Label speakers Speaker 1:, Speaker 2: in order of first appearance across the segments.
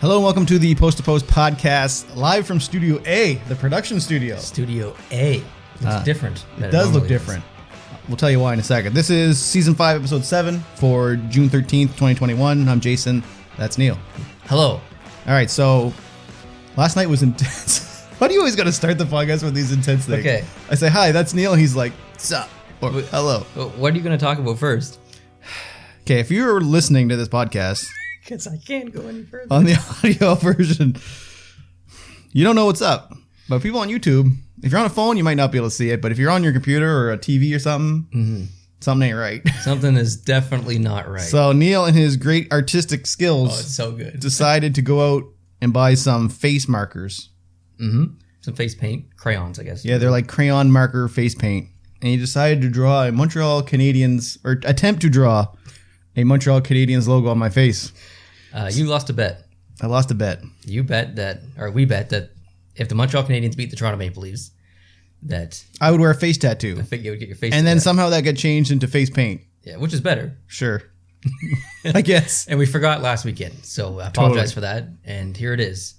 Speaker 1: Hello and welcome to the Post to Post podcast, live from Studio A, the production studio. It
Speaker 2: Studio A. Looks
Speaker 1: Ah.
Speaker 2: different. than It,
Speaker 1: does look
Speaker 2: normally
Speaker 1: different. We'll tell you why in a second. This is season five, episode seven for June thirteenth, twenty twenty one. I'm Jason. That's Neil.
Speaker 2: is. Hello.
Speaker 1: All right, so last night was intense. Why do you always got to start the podcast with these intense things?
Speaker 2: Okay.
Speaker 1: I say hi, that's Neil. He's like, sup or
Speaker 2: Wait.
Speaker 1: hello.
Speaker 2: Wh- What are you going to talk about first?
Speaker 1: Okay, if you're listening to this podcast
Speaker 2: Because I can't go any further.
Speaker 1: on the audio version, you don't know what's up. But people on YouTube, if you're on a phone, you might not be able to see it. But if you're on your computer or a TV or something,
Speaker 2: Mm-hmm.
Speaker 1: something ain't right.
Speaker 2: Something is definitely not right.
Speaker 1: So Neil and his great artistic skills
Speaker 2: oh, it's so good.
Speaker 1: decided to go out and buy some face markers.
Speaker 2: Some face paint, crayons, I guess.
Speaker 1: Yeah, they're like crayon marker face paint. And he decided to draw a Montreal Canadiens or attempt to draw a Montreal Canadiens logo on my face.
Speaker 2: Uh, you lost a bet.
Speaker 1: I lost a bet.
Speaker 2: You bet that, or we bet that if the Montreal Canadiens beat the Toronto Maple Leafs, that
Speaker 1: I would wear a face tattoo.
Speaker 2: I think you would get your face.
Speaker 1: And then
Speaker 2: tattooed.
Speaker 1: somehow that got changed into face paint.
Speaker 2: yeah, which is better.
Speaker 1: Sure. I guess.
Speaker 2: And we forgot last weekend, so I apologize
Speaker 1: Totally.
Speaker 2: for that. And here it is.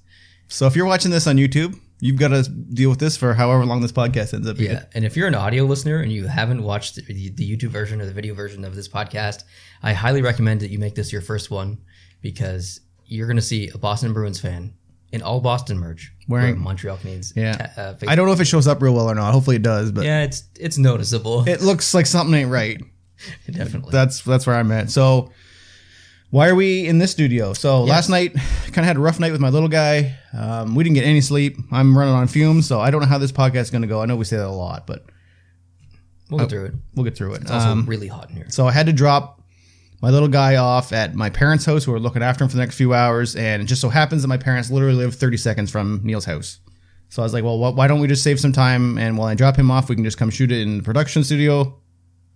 Speaker 1: So if you're watching this on YouTube, you've got to deal with this for however long this podcast ends up being.
Speaker 2: Yeah, and if you're an audio listener and you haven't watched the, the YouTube version or the video version of this podcast, I highly recommend that you make this your first one because you're going to see a Boston Bruins fan in all Boston merch
Speaker 1: Wearing-
Speaker 2: with Montreal Canadiens.
Speaker 1: Yeah.
Speaker 2: ta- uh, face-
Speaker 1: I don't know if it shows up real well or not. Hopefully it does, but
Speaker 2: Yeah, it's it's noticeable.
Speaker 1: it Oh, looks like something ain't right.
Speaker 2: definitely.
Speaker 1: That's that's where I'm at. So why are we in this studio? So last night kind of had a rough night with my little guy. Um, we didn't get any sleep. I'm running on fumes, so I don't know how this podcast is going to go. I know we say that a lot, but
Speaker 2: we'll go through it.
Speaker 1: we'll get through it.
Speaker 2: It's also
Speaker 1: Um,
Speaker 2: really hot in here.
Speaker 1: So I had to drop my little guy off at my parents' house, who were looking after him for the next few hours. And it just so happens that my parents literally live 30 seconds from Neil's house. So I was like, well, wh- why don't we just save some time? And while I drop him off, we can just come shoot it in the production studio.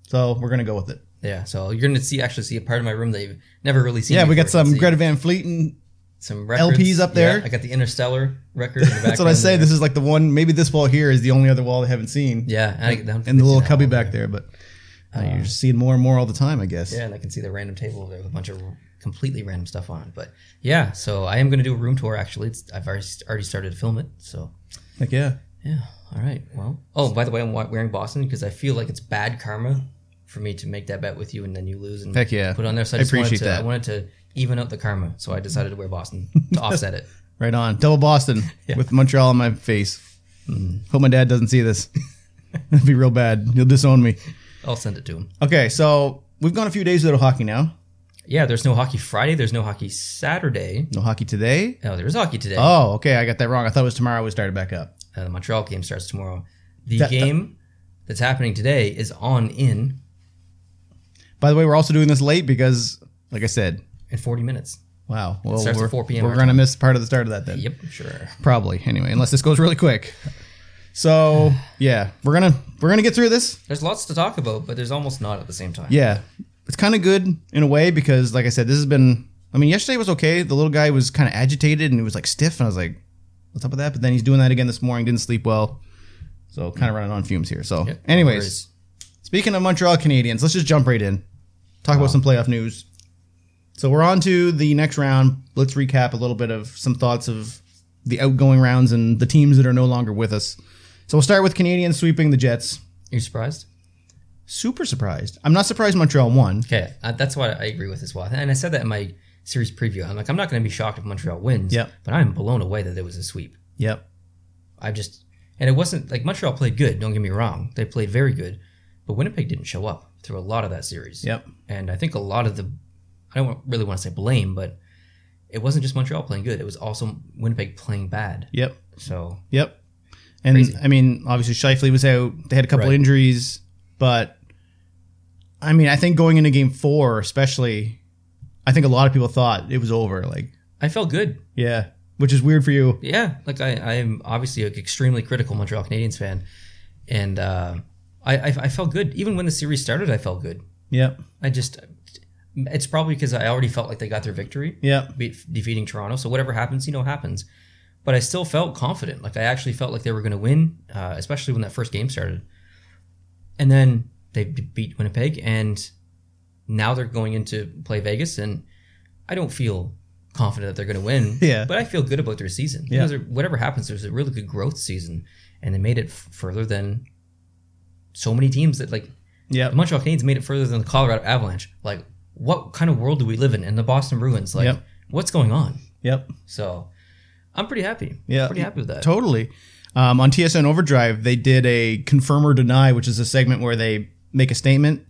Speaker 1: So we're going to go with it.
Speaker 2: Yeah, so you're going to see actually see a part of my room that you've never really seen.
Speaker 1: Yeah, we got
Speaker 2: before. You can
Speaker 1: some
Speaker 2: see
Speaker 1: Greta Van Fleet, and
Speaker 2: some records.
Speaker 1: LPs up
Speaker 2: Yeah,
Speaker 1: there.
Speaker 2: I got the Interstellar record. In the
Speaker 1: that's what I
Speaker 2: background
Speaker 1: say.
Speaker 2: there.
Speaker 1: This is like the one, maybe this wall here is the only other wall they haven't seen.
Speaker 2: yeah, and, I, don't think
Speaker 1: And the
Speaker 2: they've
Speaker 1: little
Speaker 2: seen that
Speaker 1: cubby
Speaker 2: one.
Speaker 1: back there, but uh, you're just seeing more and more all the time, I guess.
Speaker 2: Yeah, and I can see the random table there with a bunch of completely random stuff on it. But yeah, so I am going to do a room tour. Actually, it's, I've already already started to film it. So
Speaker 1: Like, yeah.
Speaker 2: yeah, all right. Well, oh, by the way, I'm wa- wearing Boston because I feel like it's bad karma for me to make that bet with you and then you lose and
Speaker 1: Heck yeah.
Speaker 2: put it on there. So
Speaker 1: I
Speaker 2: I, just wanted
Speaker 1: appreciate
Speaker 2: to,
Speaker 1: that.
Speaker 2: I wanted to even out the karma, so I decided to wear Boston to offset it.
Speaker 1: Right on. Double Boston with Montreal on my face. Hope my dad doesn't see this. That'd be real bad. He'll disown me.
Speaker 2: I'll send it to him.
Speaker 1: Okay, so we've gone a few days without hockey now.
Speaker 2: Yeah, there's no hockey Friday. There's no hockey Saturday.
Speaker 1: No hockey today.
Speaker 2: No, there's hockey today.
Speaker 1: Oh, okay. I got that wrong. I thought it was tomorrow we started back up.
Speaker 2: Uh, the Montreal game starts tomorrow. The
Speaker 1: That- that-
Speaker 2: game that's happening today is on in
Speaker 1: By the way, we're also doing this late because, like I said,
Speaker 2: in 40 minutes.
Speaker 1: wow. Well,
Speaker 2: starts at
Speaker 1: we're,
Speaker 2: 4 p.m.
Speaker 1: We're
Speaker 2: our
Speaker 1: going to miss part of the start of that then.
Speaker 2: Yep, sure.
Speaker 1: Probably. Anyway, unless this goes really quick. So, yeah, we're going to we're going to get through this.
Speaker 2: There's lots to talk about, but there's almost not at the same time.
Speaker 1: Yeah, it's kind of good in a way because, like I said, this has been. I mean, yesterday was okay. The little guy was kind of agitated and he was like stiff, and I was like, "What's up with that?" But then he's doing that again this morning. Didn't sleep well, so kind of running on fumes here. So,
Speaker 2: Yeah,
Speaker 1: anyways,
Speaker 2: whereas-
Speaker 1: speaking of Montreal Canadiens, let's just jump right in. Talk about some playoff news. So we're on to the next round. Let's recap a little bit of some thoughts of the outgoing rounds and the teams that are no longer with us. So we'll start with Canadians sweeping the Jets.
Speaker 2: You're surprised?
Speaker 1: Super surprised. I'm not surprised Montreal won.
Speaker 2: Okay, uh, that's what I agree with as well. And I said that in my series preview. I'm like, I'm not going to be shocked if Montreal wins,
Speaker 1: Yep.
Speaker 2: but I'm blown away that there was a sweep.
Speaker 1: Yep.
Speaker 2: I just, and it wasn't like Montreal played good, don't get me wrong. They played very good, but Winnipeg didn't show up through a lot of that series.
Speaker 1: Yep.
Speaker 2: And I think a lot of the, I don't really want to say blame, but it wasn't just Montreal playing good, it was also Winnipeg playing bad.
Speaker 1: Yep.
Speaker 2: So
Speaker 1: Yep. And
Speaker 2: Crazy.
Speaker 1: I mean, obviously Shifley was out. They had a couple
Speaker 2: Right.
Speaker 1: injuries, but I mean, I think going into game four, especially, I think a lot of people thought it was over. Like,
Speaker 2: I felt good
Speaker 1: yeah, which is weird for you.
Speaker 2: Yeah, like I, I'm obviously an extremely critical Montreal Canadiens fan, and uh, I, I, I felt good even when the series started. I felt good.
Speaker 1: Yep.
Speaker 2: I just, it's probably because I already felt like they got their victory,
Speaker 1: Yep.
Speaker 2: be- defeating Toronto. So whatever happens, you know, happens. But I still felt confident. Like I actually felt like they were going to win, uh, especially when that first game started. And then they b- beat Winnipeg, and now they're going into play Vegas, and I don't feel confident that they're going to win.
Speaker 1: Yeah.
Speaker 2: But I feel good about their season.
Speaker 1: Yeah.
Speaker 2: Because whatever happens, there's a really good growth season, and they made it f- further than so many teams that like
Speaker 1: Yeah.
Speaker 2: the Montreal Canadiens made it further than the Colorado Avalanche. Like, what kind of world do we live in? And the Boston Bruins. Like,
Speaker 1: Yep.
Speaker 2: what's going on?
Speaker 1: Yep.
Speaker 2: So, I'm pretty happy.
Speaker 1: Yeah.
Speaker 2: Pretty happy with that.
Speaker 1: Totally. Um, on TSN Overdrive, they did a confirm or deny, which is a segment where they make a statement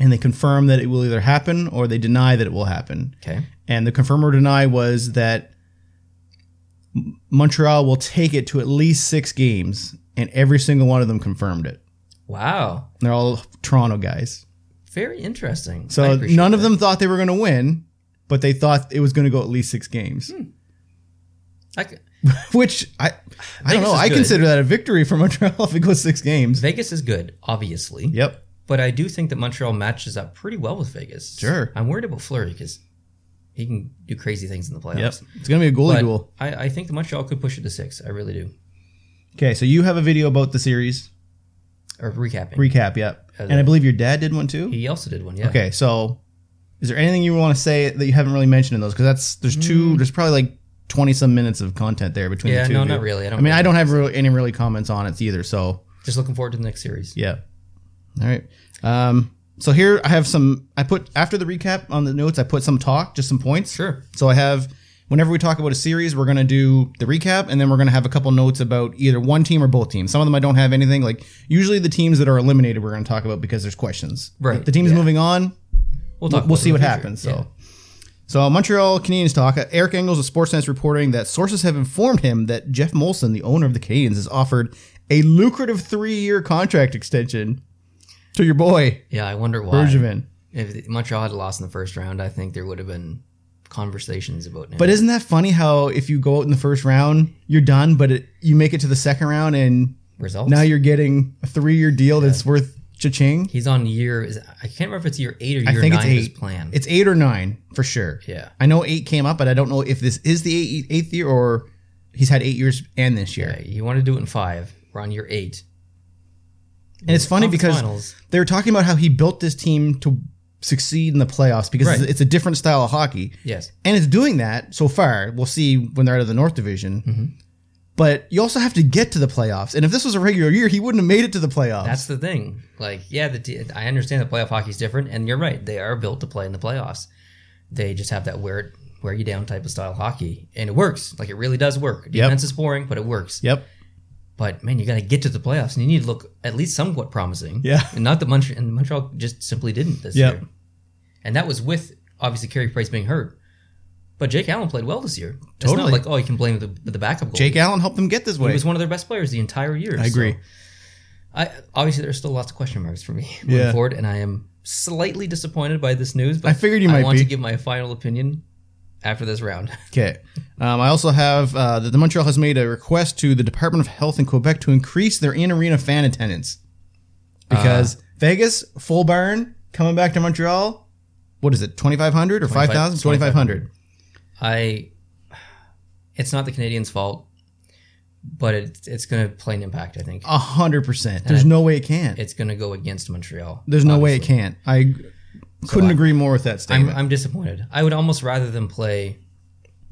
Speaker 1: and they confirm that it will either happen or they deny that it will happen.
Speaker 2: okay.
Speaker 1: And the confirm or deny was that M- Montreal will take it to at least six games, and every single one of them confirmed it.
Speaker 2: Wow.
Speaker 1: They're all Toronto guys.
Speaker 2: Very interesting. I
Speaker 1: So
Speaker 2: appreciate
Speaker 1: none of
Speaker 2: that.
Speaker 1: them thought they were going to win, but they thought it was going to go at least six games,
Speaker 2: Hmm. I c-
Speaker 1: which I, I don't
Speaker 2: Vegas
Speaker 1: know.
Speaker 2: is
Speaker 1: I
Speaker 2: good.
Speaker 1: consider that a victory for Montreal if it goes six games.
Speaker 2: Vegas is good, obviously.
Speaker 1: Yep.
Speaker 2: But I do think that Montreal matches up pretty well with Vegas.
Speaker 1: Sure.
Speaker 2: I'm worried about Flurry because he can do crazy things in the playoffs.
Speaker 1: Yep. It's going to be a goalie
Speaker 2: But
Speaker 1: duel.
Speaker 2: I, I think that Montreal could push it to six. I really do.
Speaker 1: Okay, so you have a video about the series
Speaker 2: Or recapping.
Speaker 1: recap, yep.
Speaker 2: Uh,
Speaker 1: And I believe your dad did one too.
Speaker 2: he also did one, yeah.
Speaker 1: Okay, so is there anything you want to say that you haven't really mentioned in those? Because that's there's two, there's probably like twenty some minutes of content there between
Speaker 2: Mm. Yeah,
Speaker 1: the two.
Speaker 2: no,
Speaker 1: of you.
Speaker 2: not really. I don't
Speaker 1: I mean,
Speaker 2: really-
Speaker 1: I don't have really, any really comments on it either. So
Speaker 2: Just looking forward to the next series.
Speaker 1: yeah, all right. Um, so here I have some. I put after the recap on the notes, I put some talk, just some points.
Speaker 2: Sure.
Speaker 1: So I have whenever we talk about a series, we're gonna do the recap, and then we're gonna have a couple notes about either one team or both teams. Some of them I don't have anything. Like usually the teams that are eliminated, we're gonna talk about because there's questions.
Speaker 2: Right,
Speaker 1: The teams
Speaker 2: yeah.
Speaker 1: moving on,
Speaker 2: We'll talk.
Speaker 1: we'll
Speaker 2: about it
Speaker 1: see
Speaker 2: in
Speaker 1: what
Speaker 2: the future.
Speaker 1: happens.
Speaker 2: Yeah.
Speaker 1: So. So Montreal Canadiens talk. uh, Eric Engels of Sportsnet's reporting that sources have informed him that Jeff Molson, the owner of the Canadiens, has offered a lucrative three-year contract extension to your boy
Speaker 2: yeah, I wonder why.
Speaker 1: Bergevin.
Speaker 2: If Montreal had lost in the first round, I think there would have been conversations about him.
Speaker 1: But isn't that funny? How if you go out in the first round, you're done, but it, you make it to the second round and
Speaker 2: results.
Speaker 1: Now you're getting a three year deal that's worth cha-ching.
Speaker 2: He's on year. Is, I can't remember if it's year eight or year
Speaker 1: think
Speaker 2: nine
Speaker 1: it's
Speaker 2: of his
Speaker 1: eight.
Speaker 2: plan.
Speaker 1: It's eight or nine for sure.
Speaker 2: yeah.
Speaker 1: I know eight came up, but I don't know if this is the eight, eighth year or he's had eight years and this year.
Speaker 2: Yeah, You want to do it in five. We're on year eight.
Speaker 1: And it's funny
Speaker 2: Conference
Speaker 1: because
Speaker 2: finals.
Speaker 1: they were talking about how he built this team to succeed in the playoffs because
Speaker 2: Right.
Speaker 1: it's, it's a different style of hockey.
Speaker 2: Yes.
Speaker 1: And it's doing that so far. We'll see when they're out of the North Division.
Speaker 2: Mm-hmm.
Speaker 1: But you also have to get to the playoffs. And if this was a regular year, he wouldn't have made it to the playoffs.
Speaker 2: That's the thing. Like, yeah, the t- I understand the playoff hockey is different, and you're right. They are built to play in the playoffs. They just have that wear it, wear you down type of style hockey, and it works. Like, it really does work. Defense is boring, but it works.
Speaker 1: yep.
Speaker 2: But man, you got to get to the playoffs, and you need to look at least somewhat promising.
Speaker 1: Yeah.
Speaker 2: and not that Montreal and Montreal just simply didn't this
Speaker 1: Yep.
Speaker 2: year, and that was with obviously Carey Price being hurt. But Jake Allen played well this year. It's
Speaker 1: Totally.
Speaker 2: not like oh, you can blame the, the backup goalie.
Speaker 1: Jake Allen helped them get this way.
Speaker 2: He was one of their best players the entire year.
Speaker 1: I agree.
Speaker 2: so- I obviously there's still lots of question marks for me moving
Speaker 1: Yeah.
Speaker 2: forward, and I am slightly disappointed by this news. But
Speaker 1: I figured you
Speaker 2: I
Speaker 1: might
Speaker 2: want
Speaker 1: be.
Speaker 2: to give my final opinion after this round.
Speaker 1: Okay. Um, I also have uh, that the Montreal has made a request to the Department of Health in Quebec to increase their in arena fan attendance because Vegas full barn coming back to Montreal. What is it? Twenty five hundred or
Speaker 2: 25
Speaker 1: five thousand? Twenty five hundred.
Speaker 2: I, it's not the Canadians' fault, but it, it's going to play an impact. I think
Speaker 1: A hundred percent. There's no way it can't.
Speaker 2: it's going to go against Montreal.
Speaker 1: There's no way it
Speaker 2: obviously.
Speaker 1: can't. I couldn't agree more with that
Speaker 2: I'm,
Speaker 1: statement.
Speaker 2: I'm disappointed. I would almost rather them play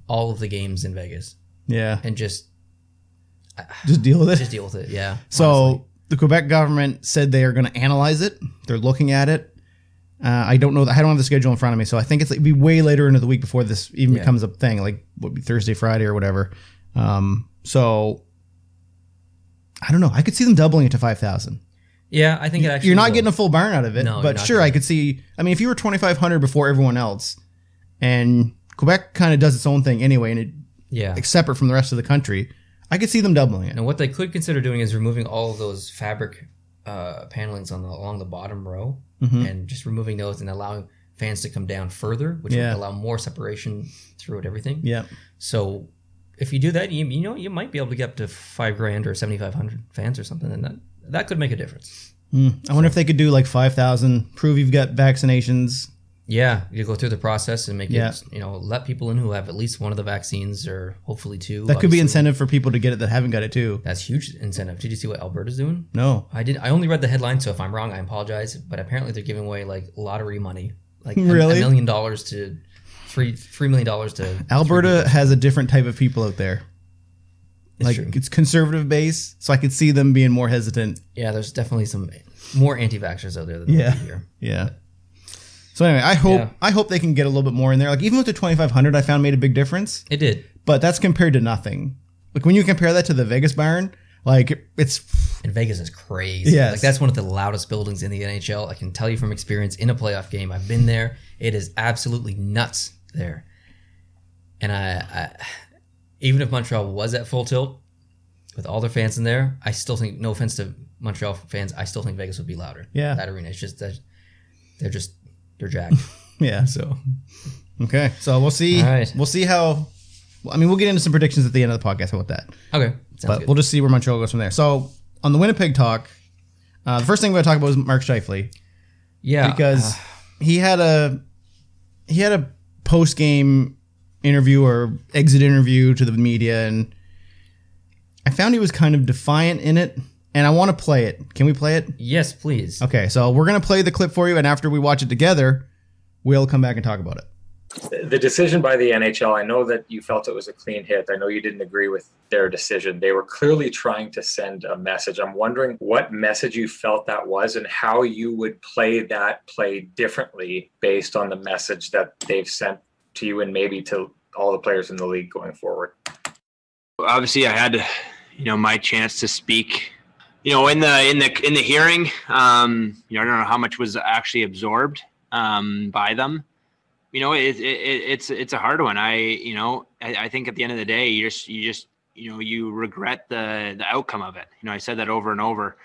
Speaker 2: all of the games in Vegas
Speaker 1: yeah,
Speaker 2: and just
Speaker 1: just deal with it.
Speaker 2: just deal with it. Yeah.
Speaker 1: So the Quebec government said they are going to analyze it. They're looking at it. Uh, I don't know. I don't have the schedule in front of me, so I think it's it'd be way later into the week before this even becomes a thing. Like would be Thursday, Friday, or whatever. Um, so I don't know. I could see them doubling it to five thousand.
Speaker 2: yeah, I think it actually
Speaker 1: You're not
Speaker 2: will.
Speaker 1: getting a full burn out of it,
Speaker 2: No, you're
Speaker 1: but
Speaker 2: not
Speaker 1: sure, I could see. I mean, if you were twenty five hundred before everyone else, and Quebec kind of does its own thing anyway, and it
Speaker 2: yeah.
Speaker 1: it's separate from the rest of the country, I could see them doubling it.
Speaker 2: Now, what they could consider doing is removing all of those fabric uh, panelings on the along the bottom row,
Speaker 1: Mm-hmm.
Speaker 2: and just removing those and allowing fans to come down further, which
Speaker 1: Yeah.
Speaker 2: would allow more separation throughout everything.
Speaker 1: Yeah.
Speaker 2: So, if you do that, you, you know you might be able to get up to five grand or seventy five hundred fans or something, and that that could make a difference.
Speaker 1: Mm. I wonder if they could do like 5,000, prove you've got vaccinations.
Speaker 2: Yeah, you go through the process and make
Speaker 1: Yeah.
Speaker 2: it, you know, let people in who have at least one of the vaccines or hopefully two.
Speaker 1: That could be
Speaker 2: obviously.
Speaker 1: incentive for people to get it that haven't got it too.
Speaker 2: That's huge incentive. Did you see what Alberta's doing?
Speaker 1: No.
Speaker 2: I did. I only read the headline, so if I'm wrong, I apologize. But apparently, they're giving away like lottery money, like a-
Speaker 1: Really?
Speaker 2: a million dollars to three three million dollars to
Speaker 1: Alberta has a different type of people out there.
Speaker 2: It's
Speaker 1: like
Speaker 2: true.
Speaker 1: it's conservative base, so I could see them being more hesitant.
Speaker 2: Yeah, there's definitely some more anti-vaxxers out there than
Speaker 1: Yeah.
Speaker 2: yeah. here.
Speaker 1: Yeah. So anyway, I hope
Speaker 2: Yeah.
Speaker 1: I hope they can get a little bit more in there. Like even with the 2500 I found made a big difference,
Speaker 2: It did.
Speaker 1: but that's compared to nothing. Like when you compare that to the Vegas Barn, like it's
Speaker 2: And Vegas is crazy.
Speaker 1: Yes.
Speaker 2: Like that's one of the loudest buildings in the NHL. I can tell you from experience in a playoff game. I've been there. It is absolutely nuts there. And I, I even if Montreal was at full tilt with all their fans in there, I still think no offense to Montreal fans, I still think Vegas would be louder.
Speaker 1: Yeah.
Speaker 2: That arena. It's just that they're just they're jacked.
Speaker 1: yeah.
Speaker 2: so
Speaker 1: Okay. So we'll see
Speaker 2: All right.
Speaker 1: we'll see how well, I mean, we'll get into some predictions at the end of the podcast about that.
Speaker 2: Okay. Sounds
Speaker 1: but
Speaker 2: good.
Speaker 1: we'll just see where Montreal goes from there. So on the Winnipeg talk, uh, the first thing we're going to talk about is Mark Scheifele
Speaker 2: yeah. uh,
Speaker 1: because he had a he had a post game interview or exit interview to the media, and I found he was kind of defiant in it. And I want to play it. Can we play it?
Speaker 2: yes, please.
Speaker 1: Okay, so we're going to play the clip for you, and after we watch it together, we'll come back and talk about it.
Speaker 3: the decision by the NHL, I know that you felt it was a clean hit. I know you didn't agree with their decision. They were clearly trying to send a message. I'm wondering what message you felt that was and how you would play that play differently based on the message that they've sent to you and maybe to all the players in the league going forward.
Speaker 4: obviously I had, you know, my chance to speak. You know, in the in the in the hearing, um, you know, I don't know how much was actually absorbed um, by them. You know, it, it, it, it's it's a hard one. I you know, I, I think at the end of the day, you just you just you know you regret the the outcome of it. You know, I said that over and over.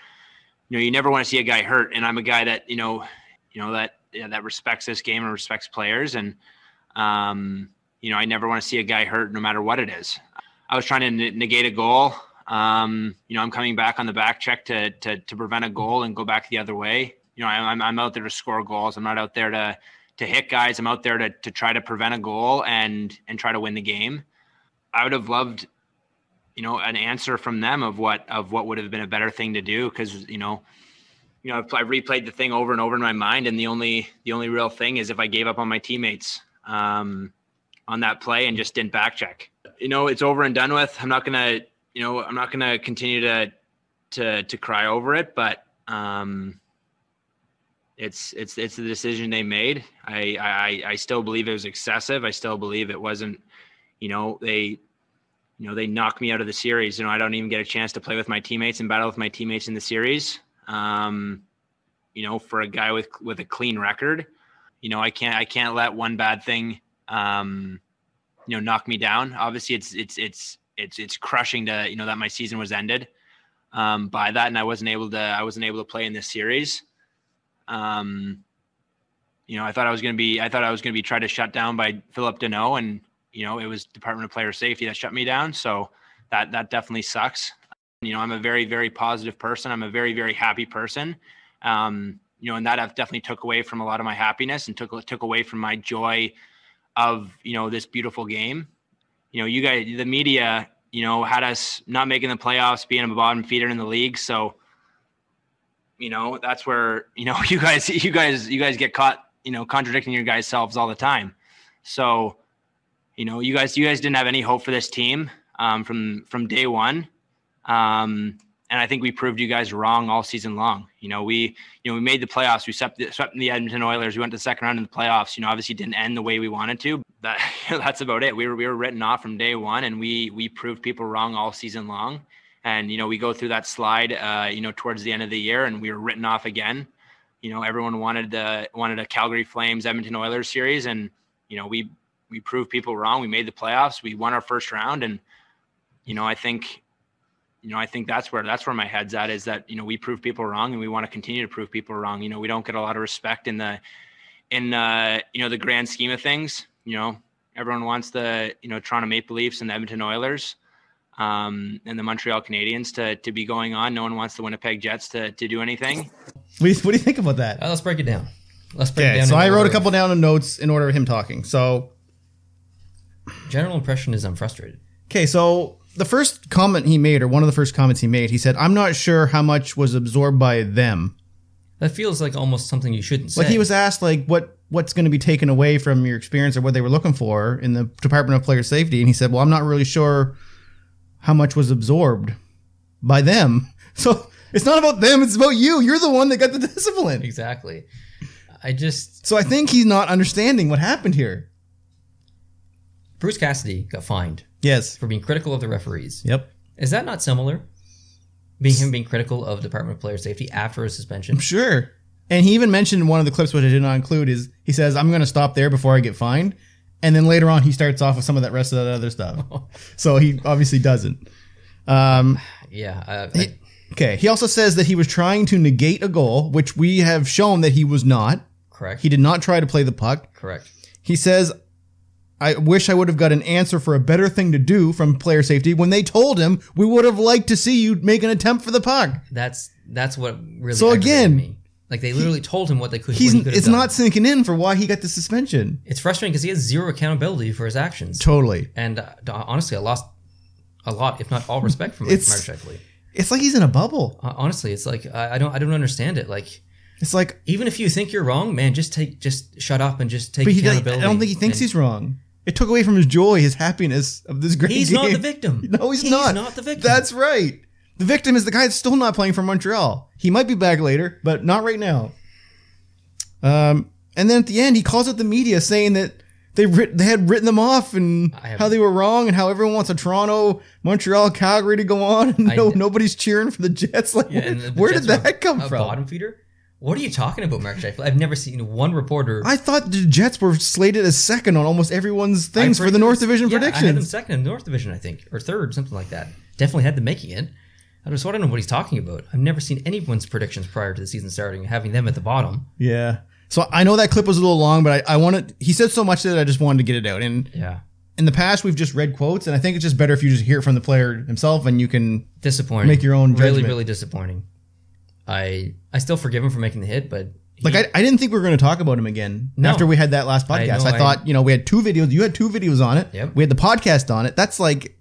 Speaker 4: You know, you never want to see a guy hurt, and I'm a guy that you know, you know that you know, that respects this game and respects players, and um, you know, I never want to see a guy hurt, no matter what it is. I was trying to ne- negate a goal. Um, you know, I'm coming back on the back check to to to prevent a goal and go back the other way. You know, I'm I'm- I'm out there to score goals. I'm not out there to to hit guys. I'm out there to to try to prevent a goal and and try to win the game. I would have loved, you know, an answer from them of what of what would have been a better thing to do because you know. You know, I've, I've replayed the thing over and over in my mind, and the only the only real thing is if I gave up on my teammates um, on that play and just didn't back check you know it's over and done with i'm not gonna you know i'm not gonna continue to to to cry over it but um it's it's it's the decision they made i i i still believe it was excessive i still believe it wasn't you know they you know they knocked me out of the series you know i don't even get a chance to play with my teammates and battle with my teammates in the series um you know for a guy with with a clean record you know i can't i can't let one bad thing um you know knock me down. Obviously, it's it's it's it's it's crushing to you know that my season was ended um, by that, and I wasn't able to I wasn't able to play in this series. Um, you know, I thought I was going to be I thought I was going to be tried to shut down by Philip Deneau, and you know it was Department of Player Safety that shut me down. So that that definitely sucks. You know, I'm a very very positive person. I'm a very very happy person. Um, you know, and that definitely took away from a lot of my happiness and took took away from my joy of you know this beautiful game. You know, you guys, the media, you know, had us not making the playoffs, being a bottom feeder in the league. So, you know, that's where you know you guys, you guys, you guys get caught, you know, contradicting your guys selves all the time. So, you know, you guys, you guys didn't have any hope for this team um, from from day one. Um, and I think we proved you guys wrong all season long. You know, we you know, we made the playoffs. We swept the, swept the Edmonton Oilers. We went to the second round in the playoffs. You know, obviously didn't end the way we wanted to. That that's about it. We were we were written off from day one, and we we proved people wrong all season long. And you know, we go through that slide, uh, you know, towards the end of the year, and we were written off again. You know, everyone wanted the wanted a Calgary Flames Edmonton Oilers series, and you know, we we proved people wrong. We made the playoffs. We won our first round, and you know, I think you know, I think that's where that's where my head's at is that you know we prove people wrong and we want to continue to prove people wrong. You know, we don't get a lot of respect in the in uh, you know the grand scheme of things. You know, everyone wants the you know Toronto Maple Leafs and the Edmonton Oilers um, and the Montreal Canadiens to to be going on. No one wants the Winnipeg Jets to to do anything.
Speaker 1: What do you, what do you think about that?
Speaker 2: Uh, let's break it down. Let's break it
Speaker 1: Okay,
Speaker 2: down.
Speaker 1: so
Speaker 2: in
Speaker 1: I wrote a
Speaker 2: order.
Speaker 1: couple down of notes in order of him talking. So
Speaker 2: General impression is I'm frustrated.
Speaker 1: Okay, so the first comment he made, or one of the first comments he made, he said, I'm not sure how much was absorbed by them.
Speaker 2: That feels like almost something you shouldn't say.
Speaker 1: Like he was asked like what what's going to be taken away from your experience or what they were looking for in the Department of Player Safety, and he said, "Well, I'm not really sure how much was absorbed by them." So it's not about them; it's about you. You're the one that got the discipline.
Speaker 2: exactly. I just
Speaker 1: So I think he's not understanding what happened here.
Speaker 2: Bruce Cassidy got fined
Speaker 1: Yes.
Speaker 2: for being critical of the referees.
Speaker 1: Yep.
Speaker 2: Is that not similar? Being him being critical of Department of Player Safety after a suspension.
Speaker 1: I'm sure. And he even mentioned in one of the clips, which I did not include, is he says, I'm going to stop there before I get fined. And then later on, he starts off with some of that rest of that other stuff. so he obviously doesn't. Um,
Speaker 2: Yeah, I, I,
Speaker 1: okay. He also says that he was trying to negate a goal, which we have shown that he was not.
Speaker 2: correct.
Speaker 1: He did not try to play the puck.
Speaker 2: correct.
Speaker 1: He says, I wish I would have got an answer for a better thing to do from player safety when they told him we would have liked to see you make an attempt for the puck.
Speaker 2: That's that's what really.
Speaker 1: So
Speaker 2: So
Speaker 1: again,
Speaker 2: again, me. like they literally told him what they could.
Speaker 1: He's,
Speaker 2: what he could have
Speaker 1: it's
Speaker 2: done.
Speaker 1: not sinking in for why he got the suspension.
Speaker 2: It's frustrating because he has zero accountability for his actions.
Speaker 1: Totally.
Speaker 2: and uh, honestly, I lost a lot, if not all, respect for Mark
Speaker 1: It's-
Speaker 2: Shifley.
Speaker 1: It's like he's in a bubble.
Speaker 2: Uh, honestly, it's like I, I don't I don't understand it. Like
Speaker 1: It's like,
Speaker 2: even if you think you're wrong, man, just take just shut up and just take
Speaker 1: but he, I
Speaker 2: accountability.
Speaker 1: don't think he thinks
Speaker 2: and-
Speaker 1: he's wrong. It took away from his joy, his happiness of this great
Speaker 2: He's
Speaker 1: game.
Speaker 2: not the victim.
Speaker 1: No, he's, not.
Speaker 2: He's not the victim.
Speaker 1: That's right. The victim is the guy that's still not playing for Montreal. He might be back later, but not right now. Um, and then at the end, he calls out the media saying that they writ- they had written them off and
Speaker 2: I have-
Speaker 1: how they were wrong and how everyone wants a Toronto, Montreal, Calgary to go on. And
Speaker 2: I-
Speaker 1: no, nobody's cheering for the Jets. Like,
Speaker 2: Yeah,
Speaker 1: where,
Speaker 2: and the
Speaker 1: where did
Speaker 2: Jets are
Speaker 1: that come
Speaker 2: a
Speaker 1: from?
Speaker 2: Bottom feeder. What are you talking about, Mark Shifley? I've never seen one reporter.
Speaker 1: I thought the Jets were slated as second on almost everyone's things
Speaker 2: I
Speaker 1: for the
Speaker 2: predicted-
Speaker 1: North Division
Speaker 2: yeah, I had them
Speaker 1: predictions.
Speaker 2: second in the North Division, I think, or third, something like that. Definitely had them making it. I just I don't know what he's talking about. I've never seen anyone's predictions prior to the season starting having them at the bottom.
Speaker 1: Yeah. So I know that clip was a little long, but I, I wanted he said so much that I just wanted to get it out. And
Speaker 2: Yeah,
Speaker 1: in the past we've just read quotes, and I think it's just better if you just hear it from the player himself and you can
Speaker 2: disappointing.
Speaker 1: Make your own
Speaker 2: Really,
Speaker 1: judgment.
Speaker 2: really disappointing. I I still forgive him for making the hit, but he-
Speaker 1: like I, I didn't think we were going to talk about him again
Speaker 2: No.
Speaker 1: after we had that last
Speaker 2: I
Speaker 1: podcast.
Speaker 2: know,
Speaker 1: I,
Speaker 2: I-
Speaker 1: thought, you know, we had two videos. You had two videos on it.
Speaker 2: Yep.
Speaker 1: We had the podcast on it. That's like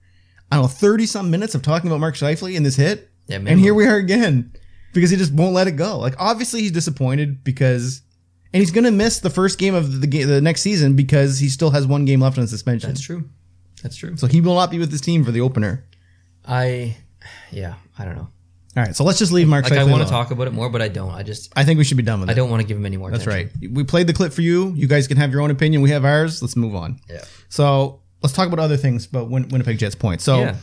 Speaker 1: I don't know, thirty some minutes of talking about Mark Shifley and this hit.
Speaker 2: yeah,
Speaker 1: And
Speaker 2: minimum.
Speaker 1: here we are again because he just won't let it go. Like obviously he's disappointed because and he's going to miss the first game of the ga- the next season because he still has one game left on suspension.
Speaker 2: That's true. That's true.
Speaker 1: So he will not be with this team for the opener.
Speaker 2: I yeah, I don't know.
Speaker 1: All right, so let's just leave Mark.
Speaker 2: Like I
Speaker 1: Scheifele
Speaker 2: want
Speaker 1: alone.
Speaker 2: to talk about it more, but I don't. I just
Speaker 1: I think we should be done with
Speaker 2: I
Speaker 1: it.
Speaker 2: don't want to give him any more.
Speaker 1: That's
Speaker 2: attention.
Speaker 1: right. We played the clip for you. You guys can have your own opinion. We have ours. Let's move on.
Speaker 2: Yeah.
Speaker 1: So let's talk about other things. But Win- Winnipeg Jets points. So.
Speaker 2: Yeah.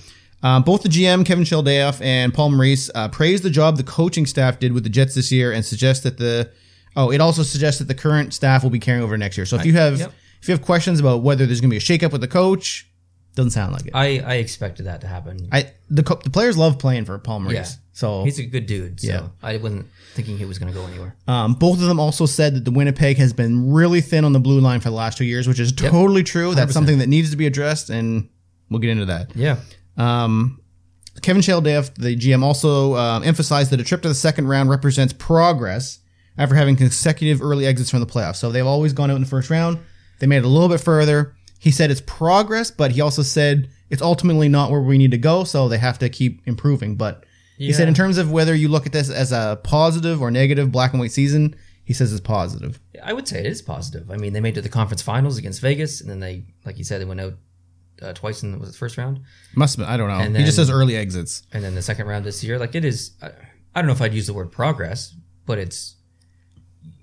Speaker 1: Um, both the GM Kevin Sheldayoff and Paul Maurice uh, praised the job the coaching staff did with the Jets this year, and suggest that the oh, it also suggests that the current staff will be carrying over next year. So if you have
Speaker 2: Yep.
Speaker 1: if you have questions about whether there's going to be a shakeup with the coach, doesn't sound like it. I,
Speaker 2: I I expected that to happen.
Speaker 1: the co- the players love playing for Paul Maurice,
Speaker 2: Yeah.
Speaker 1: so
Speaker 2: He's a good dude, so
Speaker 1: Yeah.
Speaker 2: I wasn't thinking he was going to go anywhere.
Speaker 1: Um, both of them also said that the Winnipeg has been really thin on the blue line for the last two years, which is totally true. That's something that needs to be addressed, and we'll get into that.
Speaker 2: Yeah.
Speaker 1: Um, Kevin Sheldayoff, the GM, also um, emphasized that a trip to the second round represents progress after having consecutive early exits from the playoffs. So they've always gone out in the first round. They made it a little bit further. He said it's progress, but he also said it's ultimately not where we need to go, so they have to keep improving. But he said,
Speaker 2: Yeah.
Speaker 1: in terms of whether you look at this as a positive or negative black and white season, he says it's positive.
Speaker 2: I would say it is positive. I mean, they made it to the conference finals against Vegas, and then they, like you said, they went out uh, twice in the, was it the first round,
Speaker 1: Must have been, I don't know.
Speaker 2: And
Speaker 1: he just
Speaker 2: then-
Speaker 1: says early exits.
Speaker 2: and then the second round this year. Like it is, I, I don't know if I'd use the word progress, but it's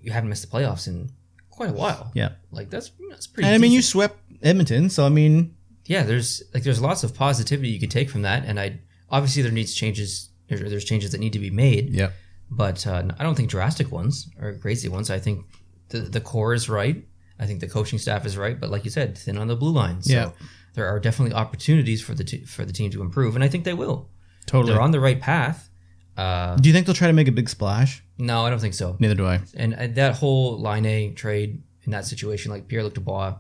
Speaker 2: you haven't missed the playoffs in quite a while.
Speaker 1: Yeah.
Speaker 2: like that's that's pretty.
Speaker 1: And I mean, you
Speaker 2: decent.
Speaker 1: swept Edmonton, so I mean,
Speaker 2: yeah, there's like there's lots of positivity you could take from that, and I obviously there needs changes. There's, there's changes that need to be made.
Speaker 1: yeah.
Speaker 2: but uh, I don't think drastic ones or crazy ones. I think the the core is right. I think the coaching staff is right, but like you said, thin on the blue line. So
Speaker 1: Yeah.
Speaker 2: there are definitely opportunities for the t- for the team to improve, and I think they will.
Speaker 1: Totally.
Speaker 2: They're on the right path. Uh,
Speaker 1: Do you think they'll try to make a big splash?
Speaker 2: no, I don't think so.
Speaker 1: Neither do I.
Speaker 2: And uh, that whole line A trade in that situation, like Pierre Luc Dubois,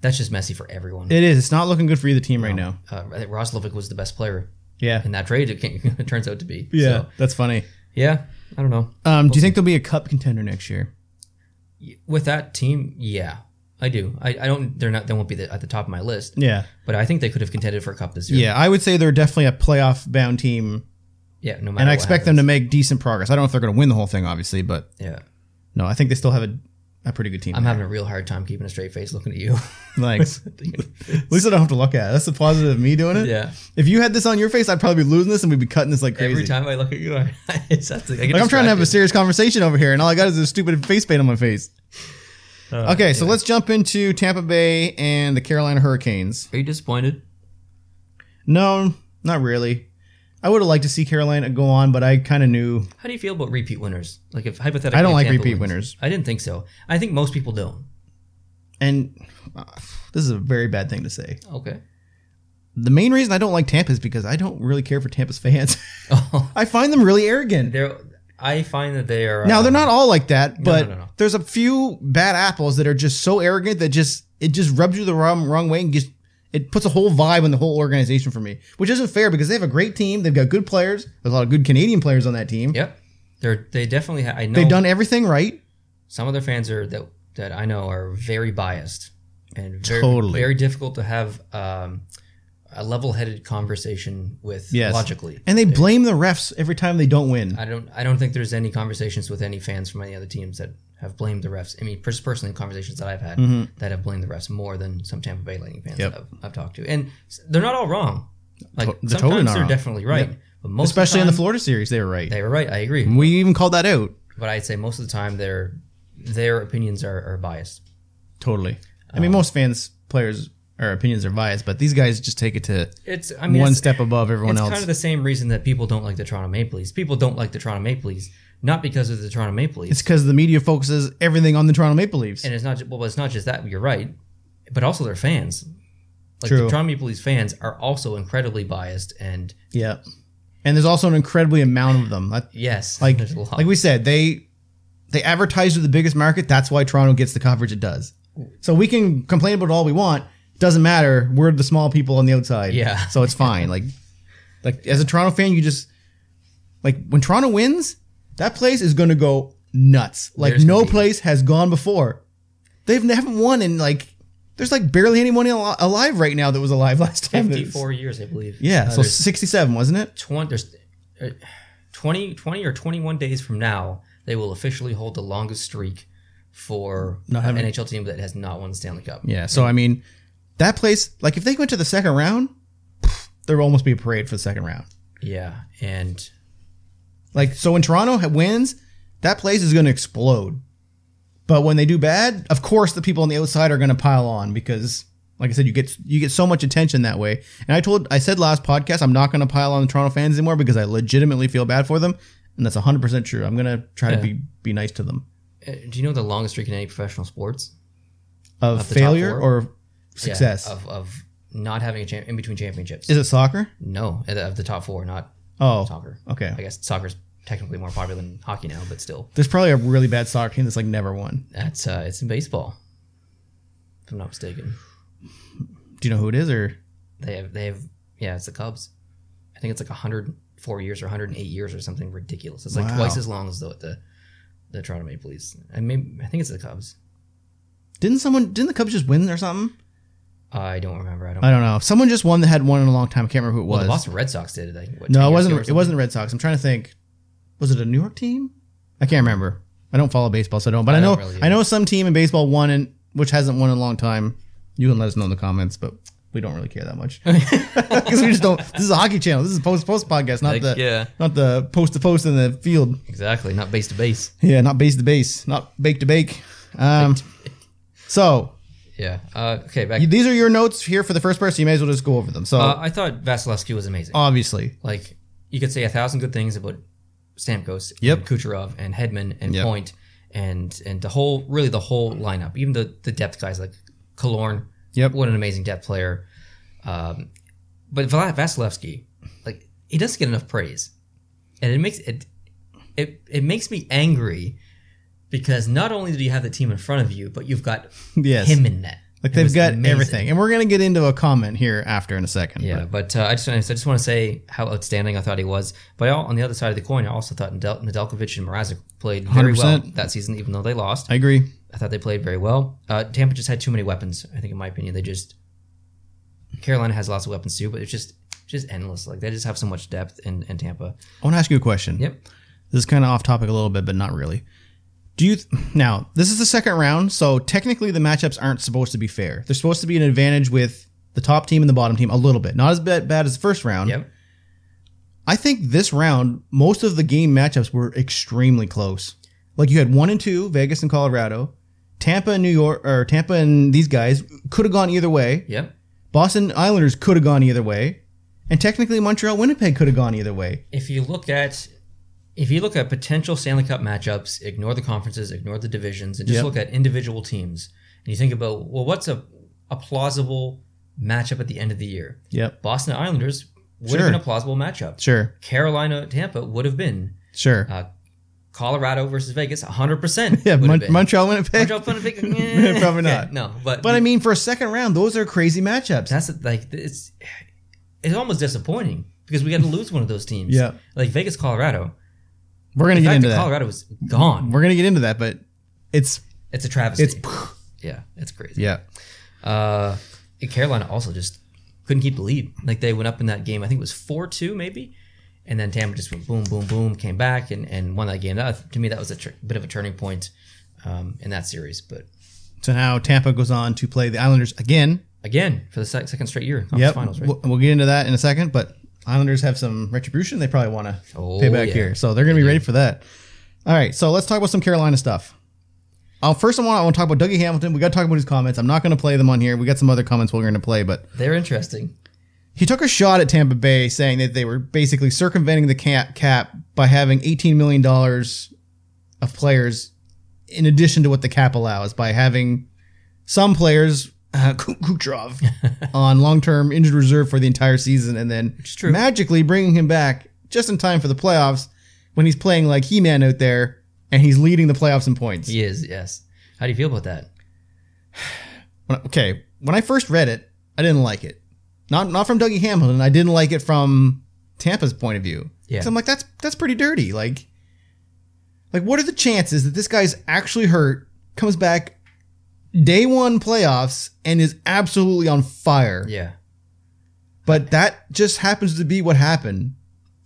Speaker 2: that's just messy for everyone.
Speaker 1: It is. It's not looking good for either team right now.
Speaker 2: uh, I think Roslovic was the best player
Speaker 1: Yeah.
Speaker 2: in that trade. It, came, it turns out to be.
Speaker 1: Yeah.
Speaker 2: So,
Speaker 1: that's funny.
Speaker 2: yeah. I don't know.
Speaker 1: Um, do you think there'll be a cup contender next year?
Speaker 2: with that team, yeah, I do. I, I don't. They're not. They won't be the, at the top of my list.
Speaker 1: Yeah.
Speaker 2: But I think they could have contended for a cup this year.
Speaker 1: Yeah. I would say they're definitely a playoff bound team
Speaker 2: Yeah, no matter.
Speaker 1: and I
Speaker 2: what
Speaker 1: expect them to make decent progress. I don't know if they're going to win the whole thing, obviously, but
Speaker 2: happens. Yeah,
Speaker 1: no, I think they still have a, a pretty good team.
Speaker 2: I'm having a real hard time keeping a straight face looking at you.
Speaker 1: Thanks. At least I don't have to look at it. That's the positive of me doing it.
Speaker 2: yeah.
Speaker 1: If you had this on your face, I'd probably be losing this and we'd be cutting this like crazy.
Speaker 2: Every time I look at you, I, it's that's like, I get
Speaker 1: Like I'm trying to have a
Speaker 2: distracted.
Speaker 1: serious conversation over here, and all I got is a stupid face paint on my face.
Speaker 2: Uh,
Speaker 1: okay, so let's jump into Tampa Bay and the Carolina Hurricanes.
Speaker 2: Are you disappointed?
Speaker 1: No, not really. I would have liked to see Carolina go on, but I kind of knew
Speaker 2: How do you feel about repeat winners? Like if hypothetically,
Speaker 1: I don't
Speaker 2: if
Speaker 1: like
Speaker 2: Tampa
Speaker 1: repeat
Speaker 2: wins-
Speaker 1: winners.
Speaker 2: I didn't think so. I think most people don't.
Speaker 1: and uh, this is a very bad thing to say.
Speaker 2: Okay.
Speaker 1: The main reason I don't like Tampa is because I don't really care for Tampa's fans.
Speaker 2: Oh,
Speaker 1: I find them really arrogant.
Speaker 2: they're. I find that they are.
Speaker 1: now
Speaker 2: uh,
Speaker 1: they're not all like that, but
Speaker 2: no, no.
Speaker 1: there's a few bad apples that are just so arrogant that just it just rubs you the wrong wrong way and just it puts a whole vibe on the whole organization for me, which isn't fair because they have a great team. They've got good players. There's a lot of good Canadian players on that team.
Speaker 2: Yep. They're. They definitely. Ha- I know.
Speaker 1: They've done everything right.
Speaker 2: some of their fans are that that I know are very biased and very,
Speaker 1: Totally.
Speaker 2: very difficult to have um, a level-headed conversation with
Speaker 1: Yes.
Speaker 2: logically.
Speaker 1: And they blame the refs every time they don't win.
Speaker 2: I don't I don't think there's any conversations with any fans from any other teams that have blamed the refs. I mean, pers- personally, conversations that I've had that have blamed the refs more than some Tampa Bay Lightning fans
Speaker 1: Mm-hmm. Yep.
Speaker 2: that I've, I've talked to, and s- they're not all wrong. Like
Speaker 1: To- they're
Speaker 2: sometimes
Speaker 1: totally not
Speaker 2: they're
Speaker 1: wrong.
Speaker 2: definitely right, but most
Speaker 1: Especially
Speaker 2: of
Speaker 1: in
Speaker 2: the
Speaker 1: the
Speaker 2: time,
Speaker 1: Florida series, they were right.
Speaker 2: they were right. I agree,
Speaker 1: we even called that out.
Speaker 2: but I'd say most of the time their their opinions are, are biased.
Speaker 1: Totally. I
Speaker 2: Oh.
Speaker 1: mean, most fans, players, or opinions are biased, but these guys just take it to
Speaker 2: It's I mean
Speaker 1: one
Speaker 2: it's-
Speaker 1: step above everyone
Speaker 2: it's
Speaker 1: else.
Speaker 2: kind of the same reason that people don't like the Toronto Maple Leafs. People don't like the Toronto Maple Leafs not because of the Toronto Maple Leafs,
Speaker 1: it's because the media focuses everything on the Toronto Maple Leafs.
Speaker 2: and it's not ju- well, it's not just that. You're right, but also their fans. Like the
Speaker 1: True.
Speaker 2: Toronto Maple Leafs fans are also incredibly biased, and
Speaker 1: Yeah. And there's also an incredibly amount of them. That-
Speaker 2: yes,
Speaker 1: Like,
Speaker 2: there's a lot.
Speaker 1: like we said, they they advertise to the biggest market. That's why Toronto gets the coverage it does. So we can complain about all we want. Doesn't matter. We're the small people on the outside.
Speaker 2: Yeah.
Speaker 1: So it's fine. like, like as a Toronto fan, you just like when Toronto wins, that place is going to go nuts. Like
Speaker 2: There's
Speaker 1: no
Speaker 2: gonna be-
Speaker 1: place has gone before. They've they haven't won in like there's like barely anyone al- alive right now that was alive last time. that was-
Speaker 2: 54 years, I believe.
Speaker 1: Yeah.
Speaker 2: Uh,
Speaker 1: so
Speaker 2: there's
Speaker 1: 67 wasn't it?
Speaker 2: 20, there's uh, 20, 20 or 21 days from now, they will officially hold the longest streak for
Speaker 1: Not
Speaker 2: an
Speaker 1: having-
Speaker 2: NHL team that has not won the Stanley Cup.
Speaker 1: Yeah. So I mean, that place, like if they went to the second round, there would almost be a parade for the second round.
Speaker 2: yeah and
Speaker 1: Like so, when Toronto ha- wins, that place is going to explode. But when they do bad, of course the people on the outside are going to pile on because, like I said, you get you get so much attention that way. And I told I said last podcast I'm not going to pile on the Toronto fans anymore because I legitimately feel bad for them, and that's 100 percent true. I'm going to try
Speaker 2: Yeah.
Speaker 1: to be be nice to them.
Speaker 2: Uh, Do you know the longest streak in any professional sports?
Speaker 1: Of
Speaker 2: Of the top
Speaker 1: failure
Speaker 2: four?
Speaker 1: or success?
Speaker 2: Yeah, of, of not having a champ in between championships.
Speaker 1: is it soccer?
Speaker 2: no, of the- of the top four, not
Speaker 1: Oh,
Speaker 2: soccer.
Speaker 1: okay.
Speaker 2: I guess soccer's technically more popular than hockey now, but still,
Speaker 1: There's probably a really bad soccer team that's like never won.
Speaker 2: that's uh, it's in baseball. If I'm not mistaken,
Speaker 1: Do you know who it is or
Speaker 2: they have they have yeah, it's the Cubs. I think it's like 104 years or 108 years or something ridiculous. It's like
Speaker 1: Wow.
Speaker 2: twice as long as the the, the Toronto Maple Leafs. I mean, I think it's the Cubs.
Speaker 1: didn't someone didn't the Cubs just win or something?
Speaker 2: I don't remember. I don't.
Speaker 1: I don't know. Someone just won that had won in a long time. I can't remember who it
Speaker 2: well, the
Speaker 1: was.
Speaker 2: Boston Red Sox did. Like, what, 10
Speaker 1: no, it
Speaker 2: years ago or
Speaker 1: wasn't. It
Speaker 2: something?
Speaker 1: wasn't the Red Sox. I'm trying to think. Was it a New York team? I can't remember. I don't follow baseball, so I don't. But
Speaker 2: I
Speaker 1: I, know
Speaker 2: don't really
Speaker 1: I know some team in baseball won and which hasn't won in a long time. You can let us know in the comments, but we don't really care that much because we just don't. This is a hockey channel. This is a post post podcast, not
Speaker 2: Like,
Speaker 1: the
Speaker 2: yeah.
Speaker 1: not the post to post in the field.
Speaker 2: Exactly, not base to base.
Speaker 1: Yeah, not base to base, not bake to bake. Um, so
Speaker 2: Yeah. Uh, okay, back.
Speaker 1: You- These are your notes here for the first person. You may as well just go over them. So
Speaker 2: Uh, I thought Vasilevsky was amazing.
Speaker 1: obviously,
Speaker 2: like you could say a thousand good things about Stamkos,
Speaker 1: Yep.
Speaker 2: and Kucherov, and Hedman, and
Speaker 1: Yep.
Speaker 2: Point, and and the whole really the whole lineup, even the the depth guys like Kalorn.
Speaker 1: Yep.
Speaker 2: what an amazing depth player. Um, but Val- Vasilevsky, like he doesn't get enough praise, and it makes it it it makes me angry because not only do you have the team in front of you, but you've got
Speaker 1: yes,
Speaker 2: him in net.
Speaker 1: like
Speaker 2: It
Speaker 1: they've
Speaker 2: was
Speaker 1: got
Speaker 2: amazing.
Speaker 1: everything, and we're gonna get into a comment here after in a second.
Speaker 2: Yeah,
Speaker 1: but-
Speaker 2: but uh, I just I just want to say how outstanding I thought he was. But al- on the other side of the coin, I also thought Nadel- Nedeljkovic and Mrazek played very well
Speaker 1: 100%.
Speaker 2: that season, even though they lost.
Speaker 1: I agree.
Speaker 2: I thought they played very well. Uh, Tampa just had too many weapons. I think, in my opinion, they just Carolina has lots of weapons too, but it's just just endless. Like they just have so much depth in, in Tampa.
Speaker 1: I want to ask you a question.
Speaker 2: Yep.
Speaker 1: This is kind of off topic a little bit, but not really. Do you th- now? This is the second round, so technically the matchups aren't supposed to be fair. They're supposed to be an advantage with the top team and the bottom team a little bit, not as bad, bad as the first round.
Speaker 2: Yep.
Speaker 1: I think this round, most of the game matchups were extremely close. Like you had one and two, Vegas and Colorado, Tampa and New York, or Tampa and these guys could have gone either way.
Speaker 2: Yep.
Speaker 1: Boston Islanders could have gone either way, and technically Montreal Winnipeg could have gone either way.
Speaker 2: If you look at if you look at potential Stanley Cup matchups, ignore the conferences, ignore the divisions, and just
Speaker 1: Yep.
Speaker 2: look at individual teams, and you think about well, what's a a plausible matchup at the end of the year?
Speaker 1: Yep.
Speaker 2: Boston Islanders would
Speaker 1: Sure.
Speaker 2: have been a plausible matchup.
Speaker 1: Sure.
Speaker 2: Carolina Tampa would have been.
Speaker 1: Sure.
Speaker 2: Uh, Colorado versus Vegas, 100%.
Speaker 1: yeah.
Speaker 2: would have
Speaker 1: Mon-
Speaker 2: been.
Speaker 1: Montreal Winnipeg.
Speaker 2: Montreal Winnipeg, eh,
Speaker 1: Probably
Speaker 2: yeah,
Speaker 1: not.
Speaker 2: no, but
Speaker 1: But I mean, for a second round, those are crazy matchups.
Speaker 2: that's the- like it's it's almost disappointing because we got to lose one of those teams.
Speaker 1: Yeah.
Speaker 2: like Vegas, Colorado.
Speaker 1: We're gonna
Speaker 2: In
Speaker 1: get
Speaker 2: fact,
Speaker 1: into
Speaker 2: that
Speaker 1: that.
Speaker 2: Colorado was gone.
Speaker 1: We're gonna get into that, but it's
Speaker 2: It's a travesty.
Speaker 1: it's
Speaker 2: yeah, it's crazy.
Speaker 1: yeah.
Speaker 2: Uh, and Carolina also just couldn't keep the lead. Like they went up in that game. I think it was four two maybe, and then Tampa just went boom, boom, boom, came back and, and won that game. That to me that was a tr- bit of a turning point um, in that series. But
Speaker 1: So now Tampa goes on to play the Islanders again.
Speaker 2: again, for the sec- second straight year, conference
Speaker 1: Yep.
Speaker 2: finals, right?
Speaker 1: We'll, we'll get into that in a second, but Islanders have some retribution they probably want to
Speaker 2: Oh,
Speaker 1: pay back
Speaker 2: yeah.
Speaker 1: here. So they're going to be ready for that. All right. So let's talk about some Carolina stuff. Uh, first, I want, I want to talk about Dougie Hamilton. We got to talk about his comments. I'm not going to play them on here. We got some other comments we're going to play, but
Speaker 2: They're interesting.
Speaker 1: he took a shot at Tampa Bay, saying that they were basically circumventing the cap, cap by having $18 million of players in addition to what the cap allows by having some players, uh, Ku- Kucherov, on long term injured reserve for the entire season and then
Speaker 2: is true.
Speaker 1: magically bringing him back just in time for the playoffs when he's playing like He Man out there and he's leading the playoffs in points.
Speaker 2: He is. Yes. How do you feel about that?
Speaker 1: When, okay, when I first read it, I didn't like it. Not not from Dougie Hamilton. I didn't like it from Tampa's point of view.
Speaker 2: Yeah.
Speaker 1: 'Cause I'm like that's that's pretty dirty. Like, like what are the chances that this guy's actually hurt, comes back, day one playoffs, and is absolutely on fire?
Speaker 2: Yeah.
Speaker 1: But that just happens to be what happened.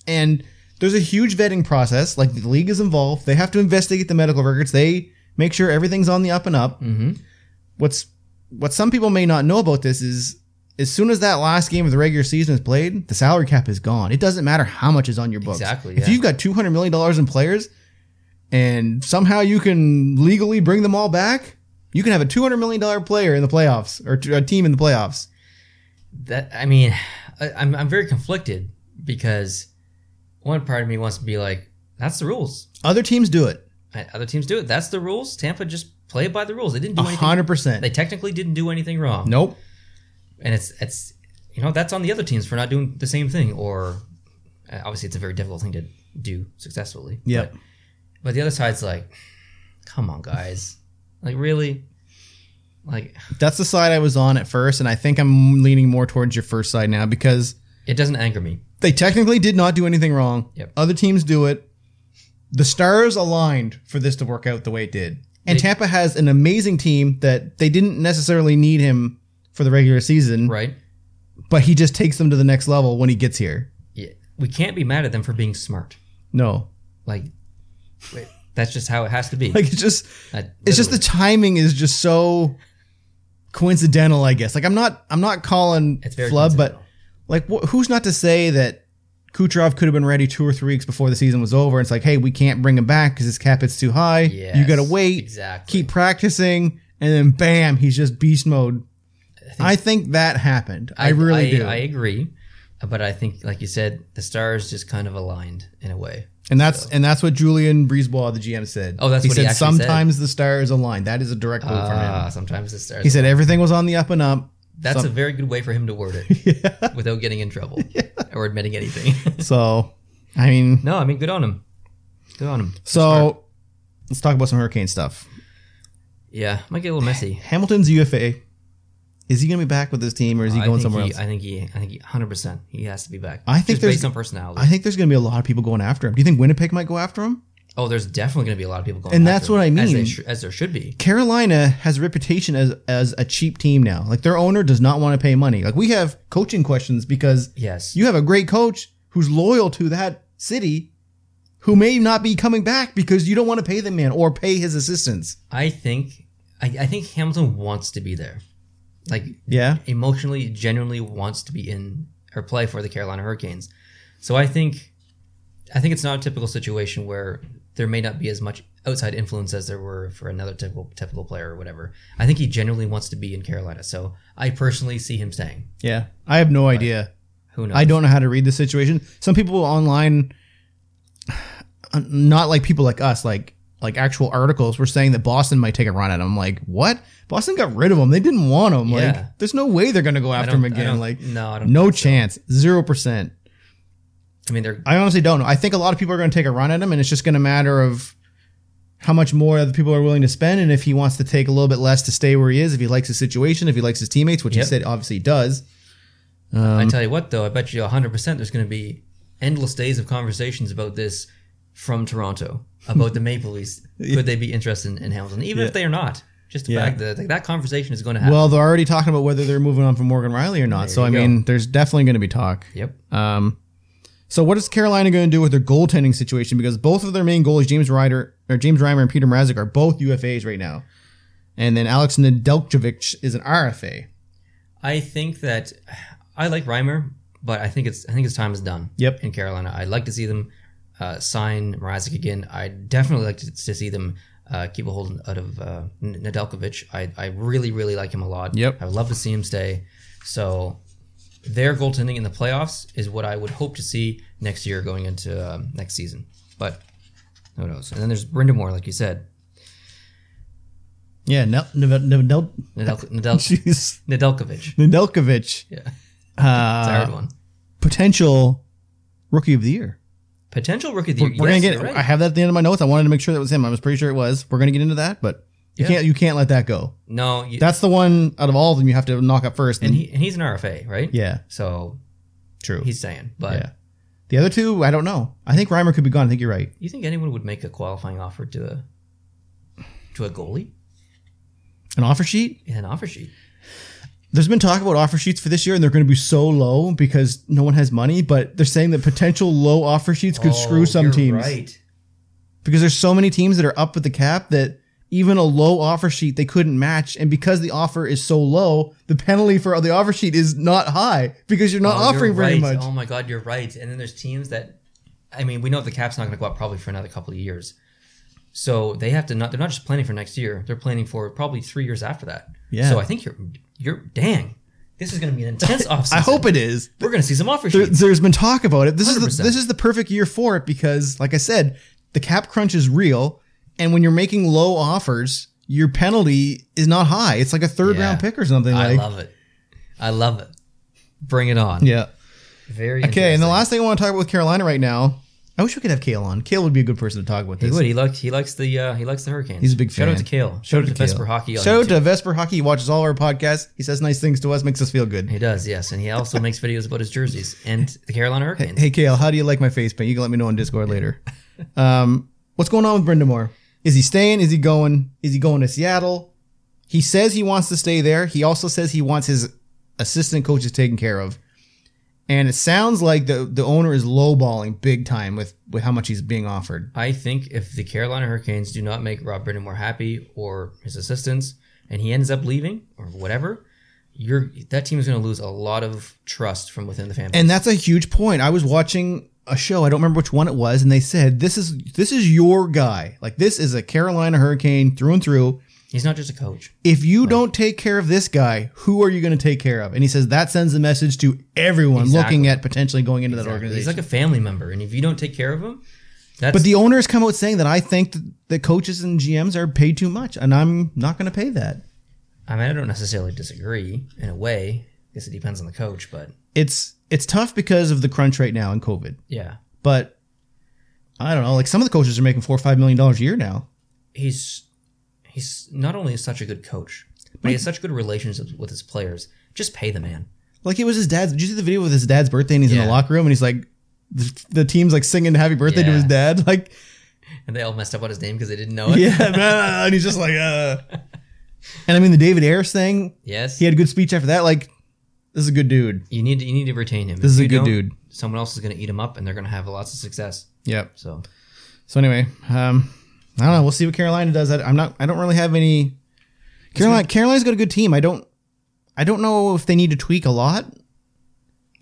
Speaker 1: And there's a huge vetting process. Like the league is involved. They have to investigate the medical records. They make sure everything's on the up and up.
Speaker 2: Mm-hmm.
Speaker 1: What's what some people may not know about this is as soon as that last game of the regular season is played, the salary cap is gone. It doesn't matter how much is on your books.
Speaker 2: Exactly,
Speaker 1: If
Speaker 2: yeah.
Speaker 1: you've got two hundred million dollars in players and somehow you can legally bring them all back, you can have a two hundred million dollar player in the playoffs or t- a team in the playoffs.
Speaker 2: That I mean, I, I'm I'm very conflicted because one part of me wants to be like, that's the rules.
Speaker 1: Other teams do it.
Speaker 2: I- Other teams do it. That's the rules. Tampa just played by the rules. They didn't do anything.
Speaker 1: hundred percent.
Speaker 2: They technically didn't do anything wrong.
Speaker 1: Nope.
Speaker 2: And it's it's you know that's on the other teams for not doing the same thing. Or uh, obviously, it's a very difficult thing to do successfully.
Speaker 1: Yep.
Speaker 2: But, but the other side's like, come on, guys. Like really. Like
Speaker 1: That's the side I was on at first, and I think I'm leaning more towards your first side now because
Speaker 2: it doesn't anger me.
Speaker 1: they technically did not do anything wrong.
Speaker 2: Yep.
Speaker 1: Other teams do it. The stars aligned for this to work out the way it did. And
Speaker 2: They-
Speaker 1: Tampa has an amazing team that they didn't necessarily need him for the regular season,
Speaker 2: Right.
Speaker 1: but he just takes them to the next level when he gets here.
Speaker 2: yeah, we can't be mad at them for being smart.
Speaker 1: No.
Speaker 2: Like, that's just how it has to be.
Speaker 1: Like it's just
Speaker 2: That-
Speaker 1: it's just the timing is just so coincidental, I guess. Like I'm not I'm not calling
Speaker 2: It's very
Speaker 1: flub, but
Speaker 2: coincidental.
Speaker 1: like wh- who's not to say that Kucherov could have been ready two or three weeks before the season was over. It's like, hey, we can't bring him back because his cap it's too high. you
Speaker 2: Yes,
Speaker 1: got to wait,
Speaker 2: exactly.
Speaker 1: keep practicing, and then bam, he's just beast mode. I think, that happened. I, really do,
Speaker 2: I agree, but I think, like you said, the stars just kind of aligned in a way.
Speaker 1: and that's and that's what Julian Breezebois, the GM, said.
Speaker 2: Oh, that's
Speaker 1: he
Speaker 2: what he
Speaker 1: said.
Speaker 2: actually said.
Speaker 1: Sometimes the stars align. That is a direct quote from
Speaker 2: Ah,
Speaker 1: him.
Speaker 2: sometimes the stars.
Speaker 1: He said everything was on the up and up.
Speaker 2: that's
Speaker 1: some-
Speaker 2: a very good way for him to word it without getting in trouble or admitting anything.
Speaker 1: So, I mean,
Speaker 2: no, I mean, good on him. Good on him.
Speaker 1: so let's talk about some hurricane stuff.
Speaker 2: Yeah, might get a little messy.
Speaker 1: Hamilton's UFA. Is he going to be back with this team, or is he
Speaker 2: I
Speaker 1: going
Speaker 2: think
Speaker 1: somewhere
Speaker 2: he-
Speaker 1: else?
Speaker 2: I think he. I think he. Hundred percent. He has to be back.
Speaker 1: I think
Speaker 2: Just
Speaker 1: there's-
Speaker 2: based on personality.
Speaker 1: I think there's going to be a lot of people going after him. Do you think Winnipeg might go after him?
Speaker 2: Oh, there's definitely going to be a lot of people going.
Speaker 1: And
Speaker 2: after
Speaker 1: that's what I
Speaker 2: him, as,
Speaker 1: mean.
Speaker 2: they sh- as there should be.
Speaker 1: Carolina has a reputation as as a cheap team now. Like their owner does not want to pay money. Like we have coaching questions because
Speaker 2: Yes,
Speaker 1: you have a great coach who's loyal to that city who may not be coming back because you don't want to pay the man or pay his assistants.
Speaker 2: I think I, I think Hamilton wants to be there, like
Speaker 1: Yeah.
Speaker 2: emotionally, genuinely wants to be in or play for the Carolina Hurricanes. So I think I think it's not a typical situation where there may not be as much outside influence as there were for another typical typical player or whatever. I think he genuinely wants to be in Carolina. So I personally see him staying.
Speaker 1: Yeah. I have no idea.
Speaker 2: Who knows?
Speaker 1: I don't know how to read the situation. Some people online, not like people like us, like like actual articles, were saying that Boston might take a run at him. I'm like, what? Boston got rid of him. They didn't want him.
Speaker 2: Yeah.
Speaker 1: Like, there's no way they're gonna go
Speaker 2: I
Speaker 1: after him
Speaker 2: don't- I
Speaker 1: again.
Speaker 2: don't-
Speaker 1: Like,
Speaker 2: no, I don't.
Speaker 1: no chance. Zero percent.
Speaker 2: I mean, they're
Speaker 1: I honestly don't know. I think a lot of people are gonna take a run at him, and it's just gonna matter of how much more other people are willing to spend, and if he wants to take a little bit less to stay where he is, if he likes his situation, if he likes his teammates, which
Speaker 2: Yep.
Speaker 1: he said obviously he does.
Speaker 2: I
Speaker 1: Mm-hmm.
Speaker 2: tell you what, though, I bet you 100% there's going to be endless days of conversations about this from Toronto, about the Maple Leafs. Could they be interested in, in Hamilton? Even if they are not. Just the
Speaker 1: Yeah.
Speaker 2: fact that like, that conversation is going to happen.
Speaker 1: Well, they're already talking about whether they're moving on from Morgan Riley or not. so
Speaker 2: you
Speaker 1: I
Speaker 2: go.
Speaker 1: mean, there's definitely going to be talk.
Speaker 2: yep.
Speaker 1: Um, so what is Carolina going to do with their goaltending situation? Because both of their main goalies, James Ryder or James Reimer and Peter Mrazek, are both UFAs right now, and then Alex Nedeljkovic is an RFA.
Speaker 2: I think that I like Reimer, but I think it's I think his time is done.
Speaker 1: Yep.
Speaker 2: In Carolina, I'd like to see them uh, sign Mrazek again. I'd definitely like to, to see them uh, keep a hold out of uh, N- Nedeljkovic. I I really really like him a lot.
Speaker 1: Yep.
Speaker 2: I would love to see him stay. So their goaltending in the playoffs is what I would hope to see next year going into uh, next season. But who knows? And then there's Brenda Moore, like you said.
Speaker 1: Yeah, Nel, Nel, Nel, Nel,
Speaker 2: Nedel- Nedel-
Speaker 1: jeez.
Speaker 2: Nedeljkovic.
Speaker 1: Nedeljkovic,
Speaker 2: Yeah. It's a
Speaker 1: uh,
Speaker 2: hard one.
Speaker 1: potential rookie of the year.
Speaker 2: Potential rookie of the
Speaker 1: We're,
Speaker 2: year.
Speaker 1: we're
Speaker 2: Yes,
Speaker 1: gonna get.
Speaker 2: you're right.
Speaker 1: I have that at the end of my notes. I wanted to make sure that was him. I was pretty sure it was. We're gonna get into that, but you
Speaker 2: Yeah.
Speaker 1: can't. You can't let that go.
Speaker 2: No, you,
Speaker 1: That's the one out of all of them you have to knock up first.
Speaker 2: and he and he's an RFA, right?
Speaker 1: Mm-hmm. yeah,
Speaker 2: So
Speaker 1: true.
Speaker 2: he's saying, but
Speaker 1: yeah. The other two, I don't know. I think Reimer could be gone. I think you're right.
Speaker 2: you think anyone would make a qualifying offer to a to a goalie
Speaker 1: An offer sheet?
Speaker 2: in an offer sheet?
Speaker 1: There's been talk about offer sheets for this year, and they're going to be so low because no one has money. But they're saying that potential low offer sheets could screw some teams
Speaker 2: Oh, Right.
Speaker 1: because there's so many teams that are up with the cap that even a low offer sheet they couldn't match. And because the offer is so low, the penalty for the offer sheet is not high because you're not offering Uh, very
Speaker 2: Oh, right.
Speaker 1: much.
Speaker 2: Oh my god, you're right. And then there's teams that, I mean, we know the cap's not going to go up probably for another couple of years, so they have to not. They're not just planning for next year. They're planning for probably three years after that.
Speaker 1: Yeah.
Speaker 2: So I think you're you're dang. This is going to be an intense offseason.
Speaker 1: I hope it is.
Speaker 2: we're going to see some offer
Speaker 1: there,
Speaker 2: sheets.
Speaker 1: there's been talk about it. This is the,
Speaker 2: 100%.
Speaker 1: this is the perfect year for it because, like I said, the cap crunch is real, and when you're making low offers, your penalty is not high. It's like a third
Speaker 2: Yeah.
Speaker 1: round pick or something.
Speaker 2: I
Speaker 1: like.
Speaker 2: love it. I love it. Bring it on.
Speaker 1: Yeah.
Speaker 2: Very
Speaker 1: Okay. And the
Speaker 2: interesting.
Speaker 1: last thing I want to talk about with Carolina right now, I wish we could have Kale on. Kale would be a good person to talk about
Speaker 2: He
Speaker 1: this.
Speaker 2: would. He likes. He likes the. Uh, he likes the Hurricanes.
Speaker 1: He's a big
Speaker 2: Shout
Speaker 1: fan.
Speaker 2: out to Kale. Shout out to
Speaker 1: Kale.
Speaker 2: Vesper Hockey. on
Speaker 1: Shout out
Speaker 2: YouTube.
Speaker 1: to Vesper Hockey. He watches all of our podcasts. He says nice things to us. Makes us feel good.
Speaker 2: He does. Yes, and he also makes videos about his jerseys and the Carolina Hurricanes.
Speaker 1: Hey Kale, how do you like my face paint? You can let me know on Discord later. Um, what's going on with Brenda Moore? Is he staying? Is he going? Is he going to Seattle? He says he wants to stay there. He also says he wants his assistant coaches taken care of. And it sounds like the the owner is lowballing big time with with how much he's being offered.
Speaker 2: I think if the Carolina Hurricanes do not make Rob Brennan more happy or his assistants, and he ends up leaving or whatever, you're that team is going to lose a lot of trust from within the family.
Speaker 1: And that's a huge point. I was watching a show, I don't remember which one it was, and they said this is this is your guy. Like this is a Carolina Hurricane through and through.
Speaker 2: He's not just a coach.
Speaker 1: if you don't take care of this guy, who are you going to take care of? And he says that sends a message to everyone
Speaker 2: Exactly.
Speaker 1: looking at potentially going into that
Speaker 2: He's
Speaker 1: organization.
Speaker 2: like a family member, and if you don't take care of him, that's
Speaker 1: but the owners come out saying that I think that the coaches and GMs are paid too much, and I'm not going to pay that.
Speaker 2: I mean, I don't necessarily disagree in a way. I guess it depends on the coach, but
Speaker 1: It's it's tough because of the crunch right now in COVID.
Speaker 2: yeah,
Speaker 1: But I don't know. Like some of the coaches are making four or five million dollars a year now.
Speaker 2: he's he's not only is such a good coach, but he has such good relationships with his players. Just pay the man.
Speaker 1: Like it was his dad's. Did you see the video with his dad's birthday? And he's in
Speaker 2: Yeah.
Speaker 1: the locker room, and he's like, the, the team's like singing "Happy Birthday" to
Speaker 2: Yeah.
Speaker 1: his dad. Like
Speaker 2: and they all messed up on his name because they didn't know it.
Speaker 1: yeah, man, and he's just like, uh. And I mean, the David Ayers thing,
Speaker 2: Yes.
Speaker 1: he had a good speech after that. Like, this is a good dude.
Speaker 2: You need to, you need to retain him.
Speaker 1: This
Speaker 2: If
Speaker 1: is a
Speaker 2: you
Speaker 1: good
Speaker 2: don't,
Speaker 1: dude.
Speaker 2: Someone else is going to eat him up, and they're going to have lots of success.
Speaker 1: Yep.
Speaker 2: So
Speaker 1: So anyway, um, I don't know. We'll see what Carolina does. I, I'm not. I don't really have any. Carolina. Carolina's got a good team. I don't. I don't know if they need to tweak a lot.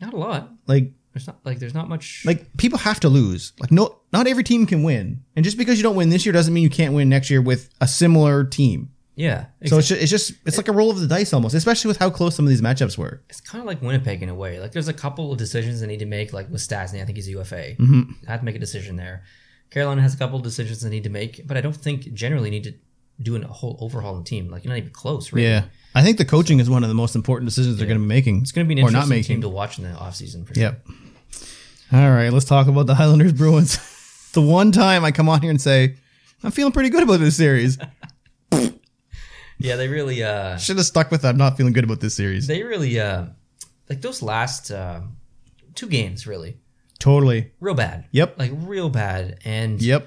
Speaker 2: not a lot.
Speaker 1: Like,
Speaker 2: There's not like there's not much.
Speaker 1: like people have to lose. Like, no, not every team can win. And just because you don't win this year doesn't mean you can't win next year with a similar team.
Speaker 2: yeah.
Speaker 1: So it's just, it's just it's like a roll of the dice almost, especially with how close some of these matchups were.
Speaker 2: it's kind of like Winnipeg in a way. Like there's a couple of decisions they need to make, like with Stasny, I think he's a UFA.
Speaker 1: Mhm.
Speaker 2: I have to make a decision there. Carolina has a couple of decisions they need to make, but I don't think generally need to do a whole overhaul of the team. Like you're not even close, really.
Speaker 1: I think the coaching is one of the most important decisions they're going to be making.
Speaker 2: It's going to be an
Speaker 1: Or not
Speaker 2: interesting
Speaker 1: making.
Speaker 2: team to watch in the offseason. For sure.
Speaker 1: Yep. All right, let's talk about the Highlanders Bruins. the one time I come on here and say I'm feeling pretty good about this series.
Speaker 2: Yeah, they really, uh,
Speaker 1: Should have stuck with I'm not feeling good about this series.
Speaker 2: they really, uh, like those last uh, two games, really,
Speaker 1: Totally.
Speaker 2: real bad.
Speaker 1: Yep.
Speaker 2: Like real bad. And
Speaker 1: Yep.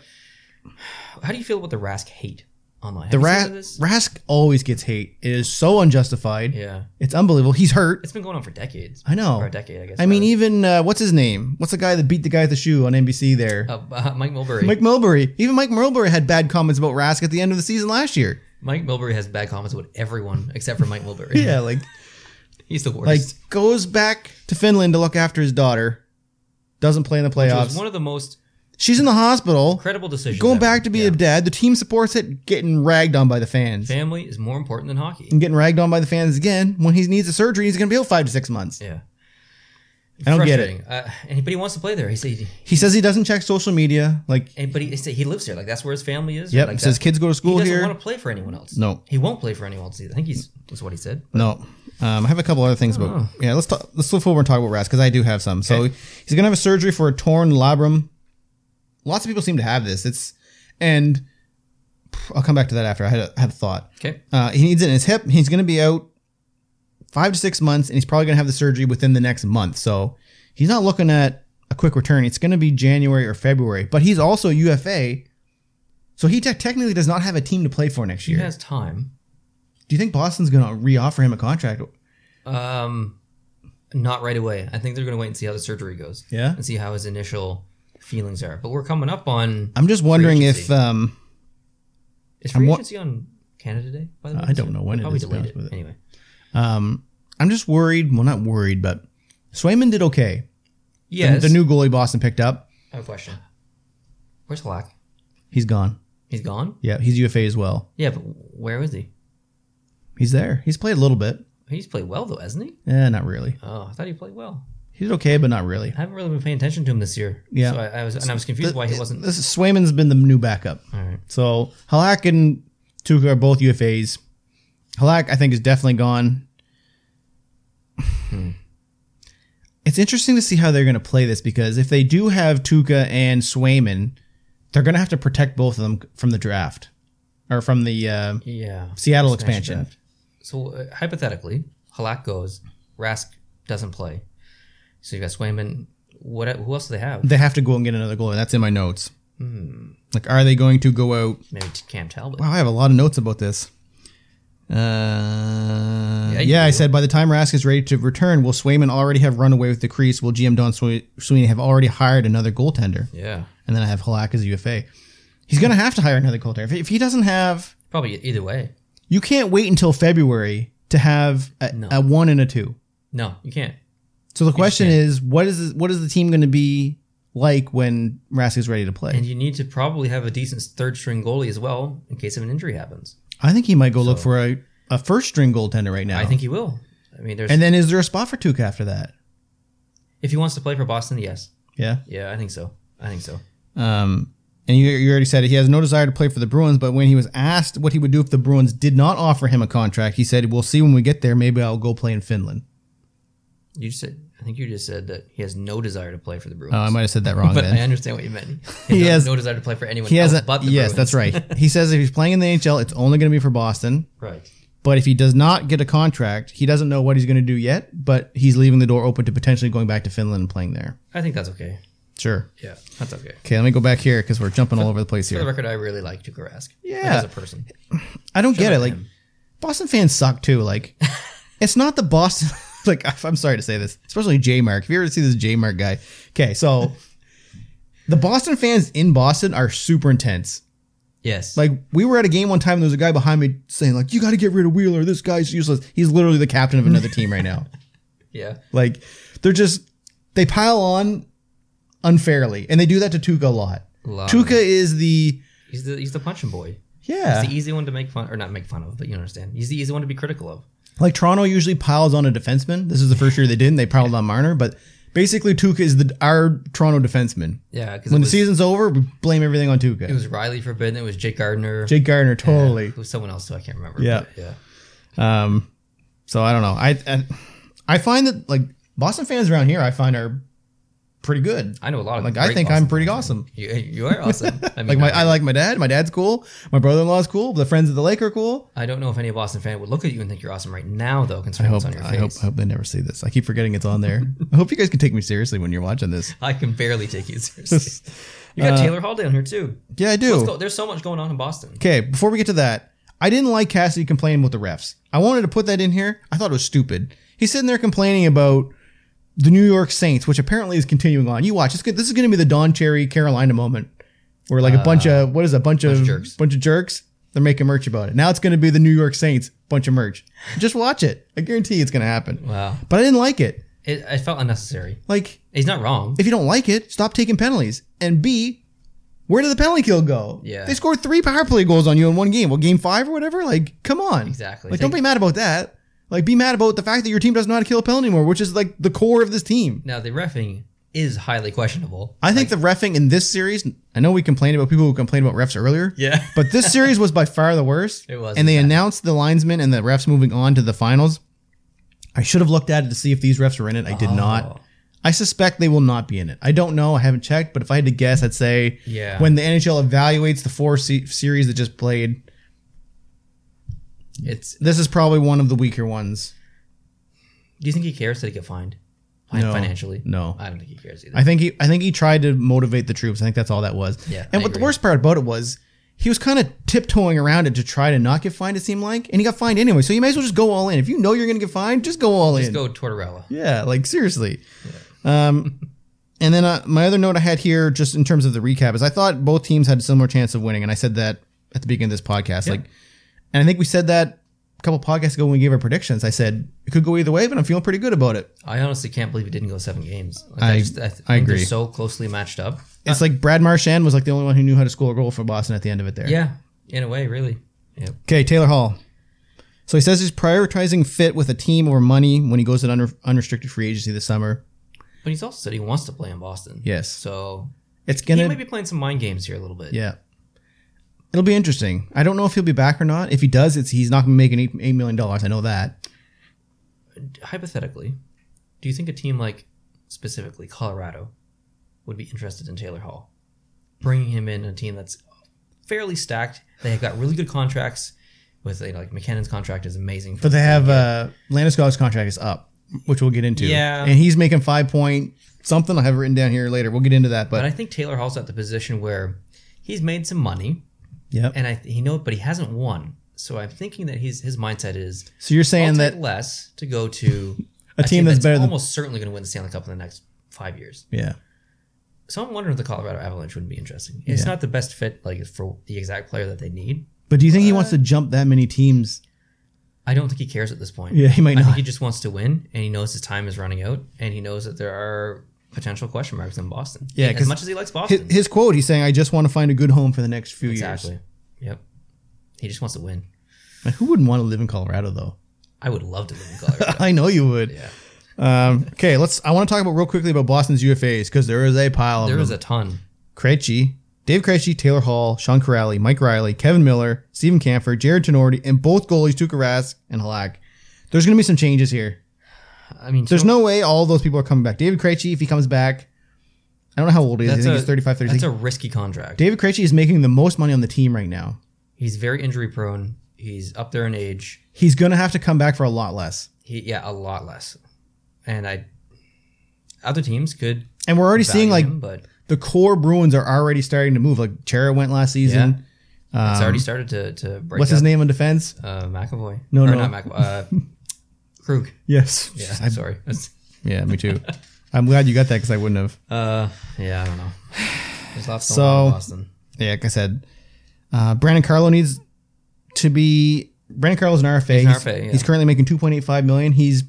Speaker 2: how do you feel about the Rask hate online?
Speaker 1: The
Speaker 2: Have you seen
Speaker 1: Ra-
Speaker 2: this?
Speaker 1: Rask always gets hate. It is so unjustified.
Speaker 2: yeah,
Speaker 1: It's unbelievable. He's hurt.
Speaker 2: it's been going on for decades.
Speaker 1: I know.
Speaker 2: Or a decade, I guess.
Speaker 1: I mean,
Speaker 2: rather.
Speaker 1: even uh, what's his name? What's the guy that beat the guy at the shoe on NBC there?
Speaker 2: Uh, uh, Mike Mulberry.
Speaker 1: Mike Mulberry. Even Mike Mulberry had bad comments about Rask at the end of the season last year.
Speaker 2: Mike Milbury has bad comments about everyone except for Mike Milbury.
Speaker 1: Yeah, like
Speaker 2: he's the
Speaker 1: like
Speaker 2: worst.
Speaker 1: goes back to Finland to look after his daughter. Doesn't play in the
Speaker 2: Like, it was
Speaker 1: playoffs.
Speaker 2: one of the most
Speaker 1: She's in the hospital,
Speaker 2: incredible decisions.
Speaker 1: going
Speaker 2: ever.
Speaker 1: back to be
Speaker 2: Yeah.
Speaker 1: a dad. The team supports it, getting ragged on by the fans,
Speaker 2: family is more important than hockey.
Speaker 1: and getting ragged on by the fans again. When he needs a surgery, he's going to be out five to six months.
Speaker 2: Yeah,
Speaker 1: I don't get it.
Speaker 2: Frustrating. Uh, and, but he wants to play there. He said,
Speaker 1: He says he doesn't check social media. Like,
Speaker 2: and, but he, he said he lives here. Like that's where his family is.
Speaker 1: yep,
Speaker 2: Like
Speaker 1: he says
Speaker 2: that-
Speaker 1: kids go to
Speaker 2: he
Speaker 1: school
Speaker 2: doesn't
Speaker 1: here.
Speaker 2: want to play for anyone else.
Speaker 1: No.
Speaker 2: he won't play for anyone else. Either. I think he's was what he said.
Speaker 1: No. Um, I have a couple other things, but
Speaker 2: Oh.
Speaker 1: yeah, let's talk, let's flip over and talk about Rask because I do have some. So he's gonna have a surgery for a torn labrum. Lots of people seem to have this. It's and I'll come back to that after. I had a, I had a thought.
Speaker 2: Okay,
Speaker 1: Uh, he needs it in his hip. He's gonna be out five to six months, and he's probably gonna have the surgery within the next month. So he's not looking at a quick return. It's gonna be January or February. But he's also UFA, so he te- technically does not have a team to play for next
Speaker 2: he
Speaker 1: year.
Speaker 2: has time.
Speaker 1: Do you think Boston's gonna re-offer him a contract?
Speaker 2: Um, not right away. I think they're going to wait and see how the surgery goes.
Speaker 1: Yeah.
Speaker 2: and see how his initial feelings are. But we're coming up on.
Speaker 1: I'm just wondering if
Speaker 2: agency.
Speaker 1: um,
Speaker 2: Is
Speaker 1: I'm
Speaker 2: free
Speaker 1: wa-
Speaker 2: agency on Canada Day? By the way,
Speaker 1: I don't know when it
Speaker 2: Probably
Speaker 1: is, to be
Speaker 2: delayed
Speaker 1: honest
Speaker 2: it.
Speaker 1: with it.
Speaker 2: Anyway,
Speaker 1: um, I'm just worried. Well, not worried, but Swayman did okay. The-
Speaker 2: yes.
Speaker 1: the, new goalie Boston picked up.
Speaker 2: I have a question. Where's Halak?
Speaker 1: He's gone.
Speaker 2: He's gone.
Speaker 1: Yeah, he's UFA as well.
Speaker 2: Yeah, but where is he?
Speaker 1: He's there. He's played a little bit.
Speaker 2: He's played well though, hasn't he?
Speaker 1: Eh, not really.
Speaker 2: Oh, I thought he played well.
Speaker 1: He did okay, but not really.
Speaker 2: I haven't really been paying attention to him this year.
Speaker 1: Yeah.
Speaker 2: so I, I was and I was confused why he wasn't.
Speaker 1: This is, Swayman's been the new backup.
Speaker 2: All right.
Speaker 1: So Halak and Tuka are both UFAs. Halak, I think, is definitely gone.
Speaker 2: Hmm.
Speaker 1: It's interesting to see how they're going to play this because if they do have Tuca and Swayman, they're going to have to protect both of them from the draft or from the uh,
Speaker 2: Yeah.
Speaker 1: Seattle expansion.
Speaker 2: draft. So uh, hypothetically, Halak goes, Rask doesn't play. So you got Swayman. What? Who else do they have?
Speaker 1: They have to go and get another goalie. That's in my notes.
Speaker 2: Hmm.
Speaker 1: Like, are they going to go out?
Speaker 2: Maybe Cam Talbot.
Speaker 1: Wow, I have a lot of notes about this. Uh, yeah,
Speaker 2: you
Speaker 1: I
Speaker 2: do.
Speaker 1: said by the time Rask is ready to return, will Swayman already have run away with the crease? Will GM Don Swe- Sweeney have already hired another goaltender?
Speaker 2: Yeah.
Speaker 1: And then I have Halak as UFA. He's going to have to hire another goaltender. If, if he doesn't have,
Speaker 2: Probably e-, either way.
Speaker 1: you can't wait until February to have a,
Speaker 2: No.
Speaker 1: a one and a two.
Speaker 2: No, you can't.
Speaker 1: So the question is, what is what is the team going to be like when Rask is ready to play?
Speaker 2: And you need to probably have a decent third string goalie as well in case of an injury happens.
Speaker 1: I think he might go look
Speaker 2: So-
Speaker 1: for a, a first string goaltender right now.
Speaker 2: I think he will. I mean, there's
Speaker 1: and then is there a spot for Tuca after that?
Speaker 2: if he wants to play for Boston, yes.
Speaker 1: Yeah.
Speaker 2: Yeah, I think so. I think so.
Speaker 1: Um, and you, you already said it. He has no desire to play for the Bruins, but when he was asked what he would do if the Bruins did not offer him a contract, he said, We'll see when we get there. Maybe I'll go play in Finland.
Speaker 2: You just said. I think you just said that he has no desire to play for the Bruins.
Speaker 1: Oh, I might have said that wrong
Speaker 2: but I
Speaker 1: then.
Speaker 2: understand what you meant.
Speaker 1: He
Speaker 2: He, has
Speaker 1: has-
Speaker 2: no desire to play for anyone
Speaker 1: He
Speaker 2: else
Speaker 1: has a,
Speaker 2: but the
Speaker 1: Yes, that's right. He says if he's playing in the NHL, it's only going to be for Boston.
Speaker 2: right. Right.
Speaker 1: But if he does not get a contract, he doesn't know what he's going to do yet, but he's leaving the door open to potentially going back to Finland and playing there.
Speaker 2: I think that's okay.
Speaker 1: Sure.
Speaker 2: Yeah, that's okay.
Speaker 1: Okay, let me go back here because we're jumping all over the place
Speaker 2: For the
Speaker 1: here.
Speaker 2: record, I really like Tuukka Rask. like,
Speaker 1: Yeah.
Speaker 2: as a person.
Speaker 1: I don't get it.
Speaker 2: up,
Speaker 1: Like
Speaker 2: man.
Speaker 1: Boston fans suck too. Like it's not the Boston. Like I'm sorry to say this, especially J Mark. If you ever see this J Mark guy, okay, so the Boston fans in Boston are super intense.
Speaker 2: Yes.
Speaker 1: Like we were at a game one time, and there was a guy behind me saying like, "You got to get rid of Wheeler. This guy's useless. He's literally the captain of another team right now."
Speaker 2: yeah.
Speaker 1: Like they're just they pile on unfairly, and they do that to Tuca a lot.
Speaker 2: Love.
Speaker 1: Tuca is the
Speaker 2: He's the he's the punching boy.
Speaker 1: yeah.
Speaker 2: He's the easy one to make fun or not make fun of, but you understand. He's the easy one to be critical of.
Speaker 1: Like Toronto usually piles on a defenseman. This is the first year they didn't. They piled on Marner, but basically Tuca is the our Toronto defenseman.
Speaker 2: Yeah, because
Speaker 1: When
Speaker 2: it
Speaker 1: the
Speaker 2: was,
Speaker 1: season's over, we blame everything on Tuca.
Speaker 2: it was Riley Forbidden. It was Jake Gardner.
Speaker 1: Jake Gardner, totally.
Speaker 2: It was someone else who I can't remember.
Speaker 1: Yeah.
Speaker 2: but yeah.
Speaker 1: Um, so I don't know. I, I I find that like Boston fans around here, I find are pretty good.
Speaker 2: I know a lot of.
Speaker 1: Like I
Speaker 2: great
Speaker 1: think
Speaker 2: Boston
Speaker 1: I'm pretty
Speaker 2: fans.
Speaker 1: awesome.
Speaker 2: You, you are awesome. I mean,
Speaker 1: Like my
Speaker 2: I,
Speaker 1: I like my dad. My dad's cool. My brother in law's cool. The friends of the lake are cool.
Speaker 2: I don't know if any Boston fan would look at you and think you're awesome right now, though, considering what's on your face.
Speaker 1: I hope I hope they never see this. I keep forgetting it's on there. I hope you guys can take me seriously when you're watching this.
Speaker 2: I can barely take you seriously. You
Speaker 1: Uh,
Speaker 2: got Taylor Hall down here too.
Speaker 1: Yeah, I do.
Speaker 2: Let's go. There's so much going on in Boston.
Speaker 1: Okay, before we get to that, I didn't like Cassidy complaining about the refs. I wanted to put that in here. I thought it was stupid. He's sitting there complaining about the New York Saints, which apparently is continuing on. You watch, it's good. This is going to be the Don Cherry Carolina moment, where like a bunch of what is it, a Uh, bunch, of
Speaker 2: of jerks.
Speaker 1: bunch of jerks. They're making merch about it. Now it's going to be the New York Saints bunch of merch. Just watch it. I guarantee it's going to happen.
Speaker 2: Wow,
Speaker 1: But I didn't like it.
Speaker 2: it, it felt unnecessary.
Speaker 1: Like
Speaker 2: He's not wrong.
Speaker 1: if you don't like it, stop taking penalties. And B, where did the penalty kill go?
Speaker 2: Yeah.
Speaker 1: They scored three power play goals on you in one game. Well, game five or whatever? Like, come on.
Speaker 2: Exactly.
Speaker 1: Like, don't
Speaker 2: Take-
Speaker 1: be mad about that. Like, be mad about the fact that your team doesn't know how to kill a penalty anymore, which is like the core of this team.
Speaker 2: Now the refing is highly questionable.
Speaker 1: I think the refing in this series, I know we complained about people who complained about refs earlier.
Speaker 2: Yeah.
Speaker 1: But this series was by far the worst.
Speaker 2: It was,
Speaker 1: And they
Speaker 2: exactly.
Speaker 1: announced the linesmen and the refs moving on to the finals. I should have looked at it to see if these refs were in it. I did
Speaker 2: Oh.
Speaker 1: not. I suspect they will not be in it. I don't know. I haven't checked, but if I had to guess, I'd say
Speaker 2: Yeah.
Speaker 1: when the NHL evaluates the four se- series that just played,
Speaker 2: It's.
Speaker 1: this is probably one of the weaker ones.
Speaker 2: Do you think he cares that he get fined? Fin-
Speaker 1: No.
Speaker 2: Financially?
Speaker 1: No.
Speaker 2: I don't think he cares either.
Speaker 1: I think he I think he tried to motivate the troops. I think that's all that was.
Speaker 2: Yeah,
Speaker 1: And
Speaker 2: I
Speaker 1: what the
Speaker 2: agree.
Speaker 1: worst part about it was he was kind of tiptoeing around it to try to not get fined, it seemed like. And he got fined anyway. So you may as well just go all in. If you know you're gonna get fined, just go all
Speaker 2: Let's
Speaker 1: in.
Speaker 2: go Tortorella.
Speaker 1: Yeah, like seriously. Um, and then uh, my other note I had here, just in terms of the recap, is I thought both teams had a similar chance of winning, and I said that at the beginning of this podcast. Like, and I think we said that a couple podcasts ago when we gave our predictions. I said it could go either way, but I'm feeling pretty good about it.
Speaker 2: I honestly can't believe it didn't go seven games. Like,
Speaker 1: I-
Speaker 2: th-
Speaker 1: I
Speaker 2: think they're
Speaker 1: agree.
Speaker 2: So closely matched up.
Speaker 1: It's like Brad Marchand was like the only one who knew how to score a goal for Boston at the end of it there.
Speaker 2: Yeah, in a way, really. Yeah.
Speaker 1: Okay, Taylor Hall. So he says he's prioritizing fit with a team over money when he goes to unre- unrestricted free agency this summer.
Speaker 2: But he's also said he wants to play in Boston.
Speaker 1: Yes.
Speaker 2: So
Speaker 1: It's
Speaker 2: he
Speaker 1: gonna
Speaker 2: might be playing some mind games here a little bit.
Speaker 1: Yeah. It'll be interesting. I don't know if he'll be back or not. If he does, it's he's not going to make an eight, $8 million. dollars. I know that.
Speaker 2: Hypothetically, do you think a team like specifically Colorado would be interested in Taylor Hall? Bringing him in a team that's fairly stacked. They have got really good contracts. With you know, like McKinnon's contract is amazing. For
Speaker 1: But they have uh Landeskog's contract is up, which we'll get into.
Speaker 2: Yeah.
Speaker 1: And he's making 5 point something. I have it written down here later. We'll get into that,
Speaker 2: But I
Speaker 1: but
Speaker 2: think Taylor Hall's at the position where he's made some money,
Speaker 1: yeah.
Speaker 2: and I he know, but he hasn't won. So I'm thinking that he's his mindset is
Speaker 1: So you're saying
Speaker 2: I'll
Speaker 1: that
Speaker 2: take less to go to
Speaker 1: A team that's better than-
Speaker 2: almost certainly going to win the Stanley Cup in the next five years.
Speaker 1: yeah.
Speaker 2: So I'm wondering if the Colorado Avalanche wouldn't be interesting. It's
Speaker 1: Yeah.
Speaker 2: not the best fit, like for the exact player that they need.
Speaker 1: But do you think he wants to jump that many teams?
Speaker 2: I don't think he cares at this point.
Speaker 1: Yeah, he might
Speaker 2: I think
Speaker 1: not.
Speaker 2: he just wants to win, and he knows his time is running out, and he knows that there are potential question marks in Boston.
Speaker 1: Yeah,
Speaker 2: as
Speaker 1: 'cause
Speaker 2: much as he likes
Speaker 1: His,
Speaker 2: Boston,
Speaker 1: his quote, he's saying I just want to find a good home for the next few
Speaker 2: exactly.
Speaker 1: years.
Speaker 2: Yep, he just wants to win.
Speaker 1: Man, who wouldn't want to live in Colorado though?
Speaker 2: I would love to live in Colorado.
Speaker 1: I know you would.
Speaker 2: yeah,
Speaker 1: Um, okay, let's I want to talk about real quickly about Boston's UFAs cuz there is a pile of
Speaker 2: there
Speaker 1: them.
Speaker 2: is a ton.
Speaker 1: Krejci, Dave Krejci, Taylor Hall, Sean Corrali, Mike Riley, Kevin Miller, Stephen Camphor, Jared Tenorti, and both goalies Tuukka Rask and Halak. There's going to be some changes here.
Speaker 2: I mean,
Speaker 1: There's no way all those people are coming back. David Krejci, if he comes back, I don't know how old he is. I
Speaker 2: That's
Speaker 1: think
Speaker 2: a-
Speaker 1: he's 35, 30.
Speaker 2: that's a risky contract.
Speaker 1: David Krejci is making the most money on the team right now.
Speaker 2: He's very injury prone. He's up there in age.
Speaker 1: He's going to have to come back for a lot less.
Speaker 2: He yeah, a lot less. And I other teams could
Speaker 1: And we're already
Speaker 2: value
Speaker 1: seeing like
Speaker 2: him, but
Speaker 1: the core Bruins are already starting to move. Like Chara went last season.
Speaker 2: It's
Speaker 1: Um,
Speaker 2: already started to, to break
Speaker 1: What's
Speaker 2: up.
Speaker 1: his name on defense?
Speaker 2: Uh, McAvoy.
Speaker 1: No,
Speaker 2: or
Speaker 1: no.
Speaker 2: Not McAvoy. Uh, Krug.
Speaker 1: Yes.
Speaker 2: Yeah,
Speaker 1: I-
Speaker 2: sorry. That's-
Speaker 1: yeah, me too. I'm glad you got that because I wouldn't have.
Speaker 2: Uh, yeah, I don't know. There's lots going
Speaker 1: So-
Speaker 2: on in Boston.
Speaker 1: Yeah, like I said, uh, Brandon Carlo needs to be. Brandon Carlo's an RFA.
Speaker 2: He's an RFA, yeah.
Speaker 1: he's currently making 2.85 million. He's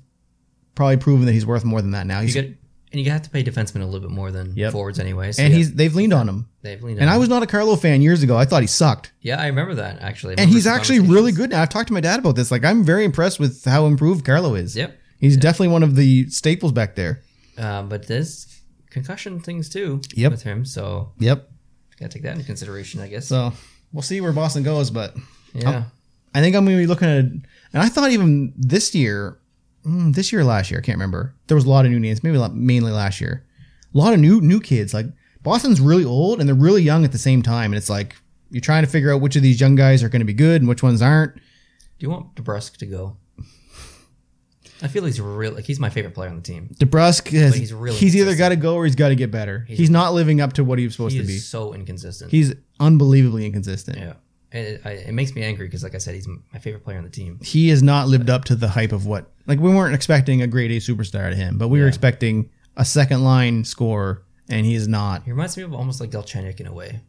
Speaker 1: probably proven that he's worth more than that now.
Speaker 2: You
Speaker 1: He's,
Speaker 2: get and you have to pay defensemen a little bit more than
Speaker 1: Yep.
Speaker 2: forwards anyway. So
Speaker 1: and
Speaker 2: yeah,
Speaker 1: he's they've leaned on him.
Speaker 2: they've leaned
Speaker 1: And
Speaker 2: on
Speaker 1: I
Speaker 2: him.
Speaker 1: was not a Carlo fan years ago. I thought he sucked.
Speaker 2: yeah, I remember that actually. I
Speaker 1: And
Speaker 2: remember
Speaker 1: he's
Speaker 2: some
Speaker 1: actually really
Speaker 2: conversations.
Speaker 1: good now. I've talked to my dad about this. Like, I'm very impressed with how improved Carlo is.
Speaker 2: Yep.
Speaker 1: He's definitely one of the staples back there.
Speaker 2: Uh, but there's concussion things too
Speaker 1: Yep.
Speaker 2: with him, so
Speaker 1: Yep.
Speaker 2: gotta take that into consideration, I guess.
Speaker 1: So um, we'll see where Boston goes, but
Speaker 2: yeah,
Speaker 1: I think I'm going to be looking at. And I thought even this year, mm, this year or last year, I can't remember. There was a lot of new names, maybe a lot, mainly last year. A lot of new new kids. Like Boston's really old and they're really young at the same time, and it's like you're trying to figure out which of these young guys are going to be good and which ones aren't.
Speaker 2: do you want DeBrusque to go? I feel he's real. Like he's my favorite player on the team.
Speaker 1: DeBrusque, has,
Speaker 2: he's
Speaker 1: he's,
Speaker 2: really
Speaker 1: either
Speaker 2: inconsistent.
Speaker 1: got to go or he's got to get better. He's, not living up to what he was supposed
Speaker 2: He
Speaker 1: to
Speaker 2: is
Speaker 1: be.
Speaker 2: so inconsistent.
Speaker 1: He's unbelievably inconsistent.
Speaker 2: yeah, and it, I, it makes me angry because, like I said, he's m- my favorite player on the team.
Speaker 1: He has not lived up to the hype of what like we weren't expecting a grade A superstar to him, but we were expecting a second line scorer, and he is not.
Speaker 2: He reminds me of almost like Galchenyuk in a way.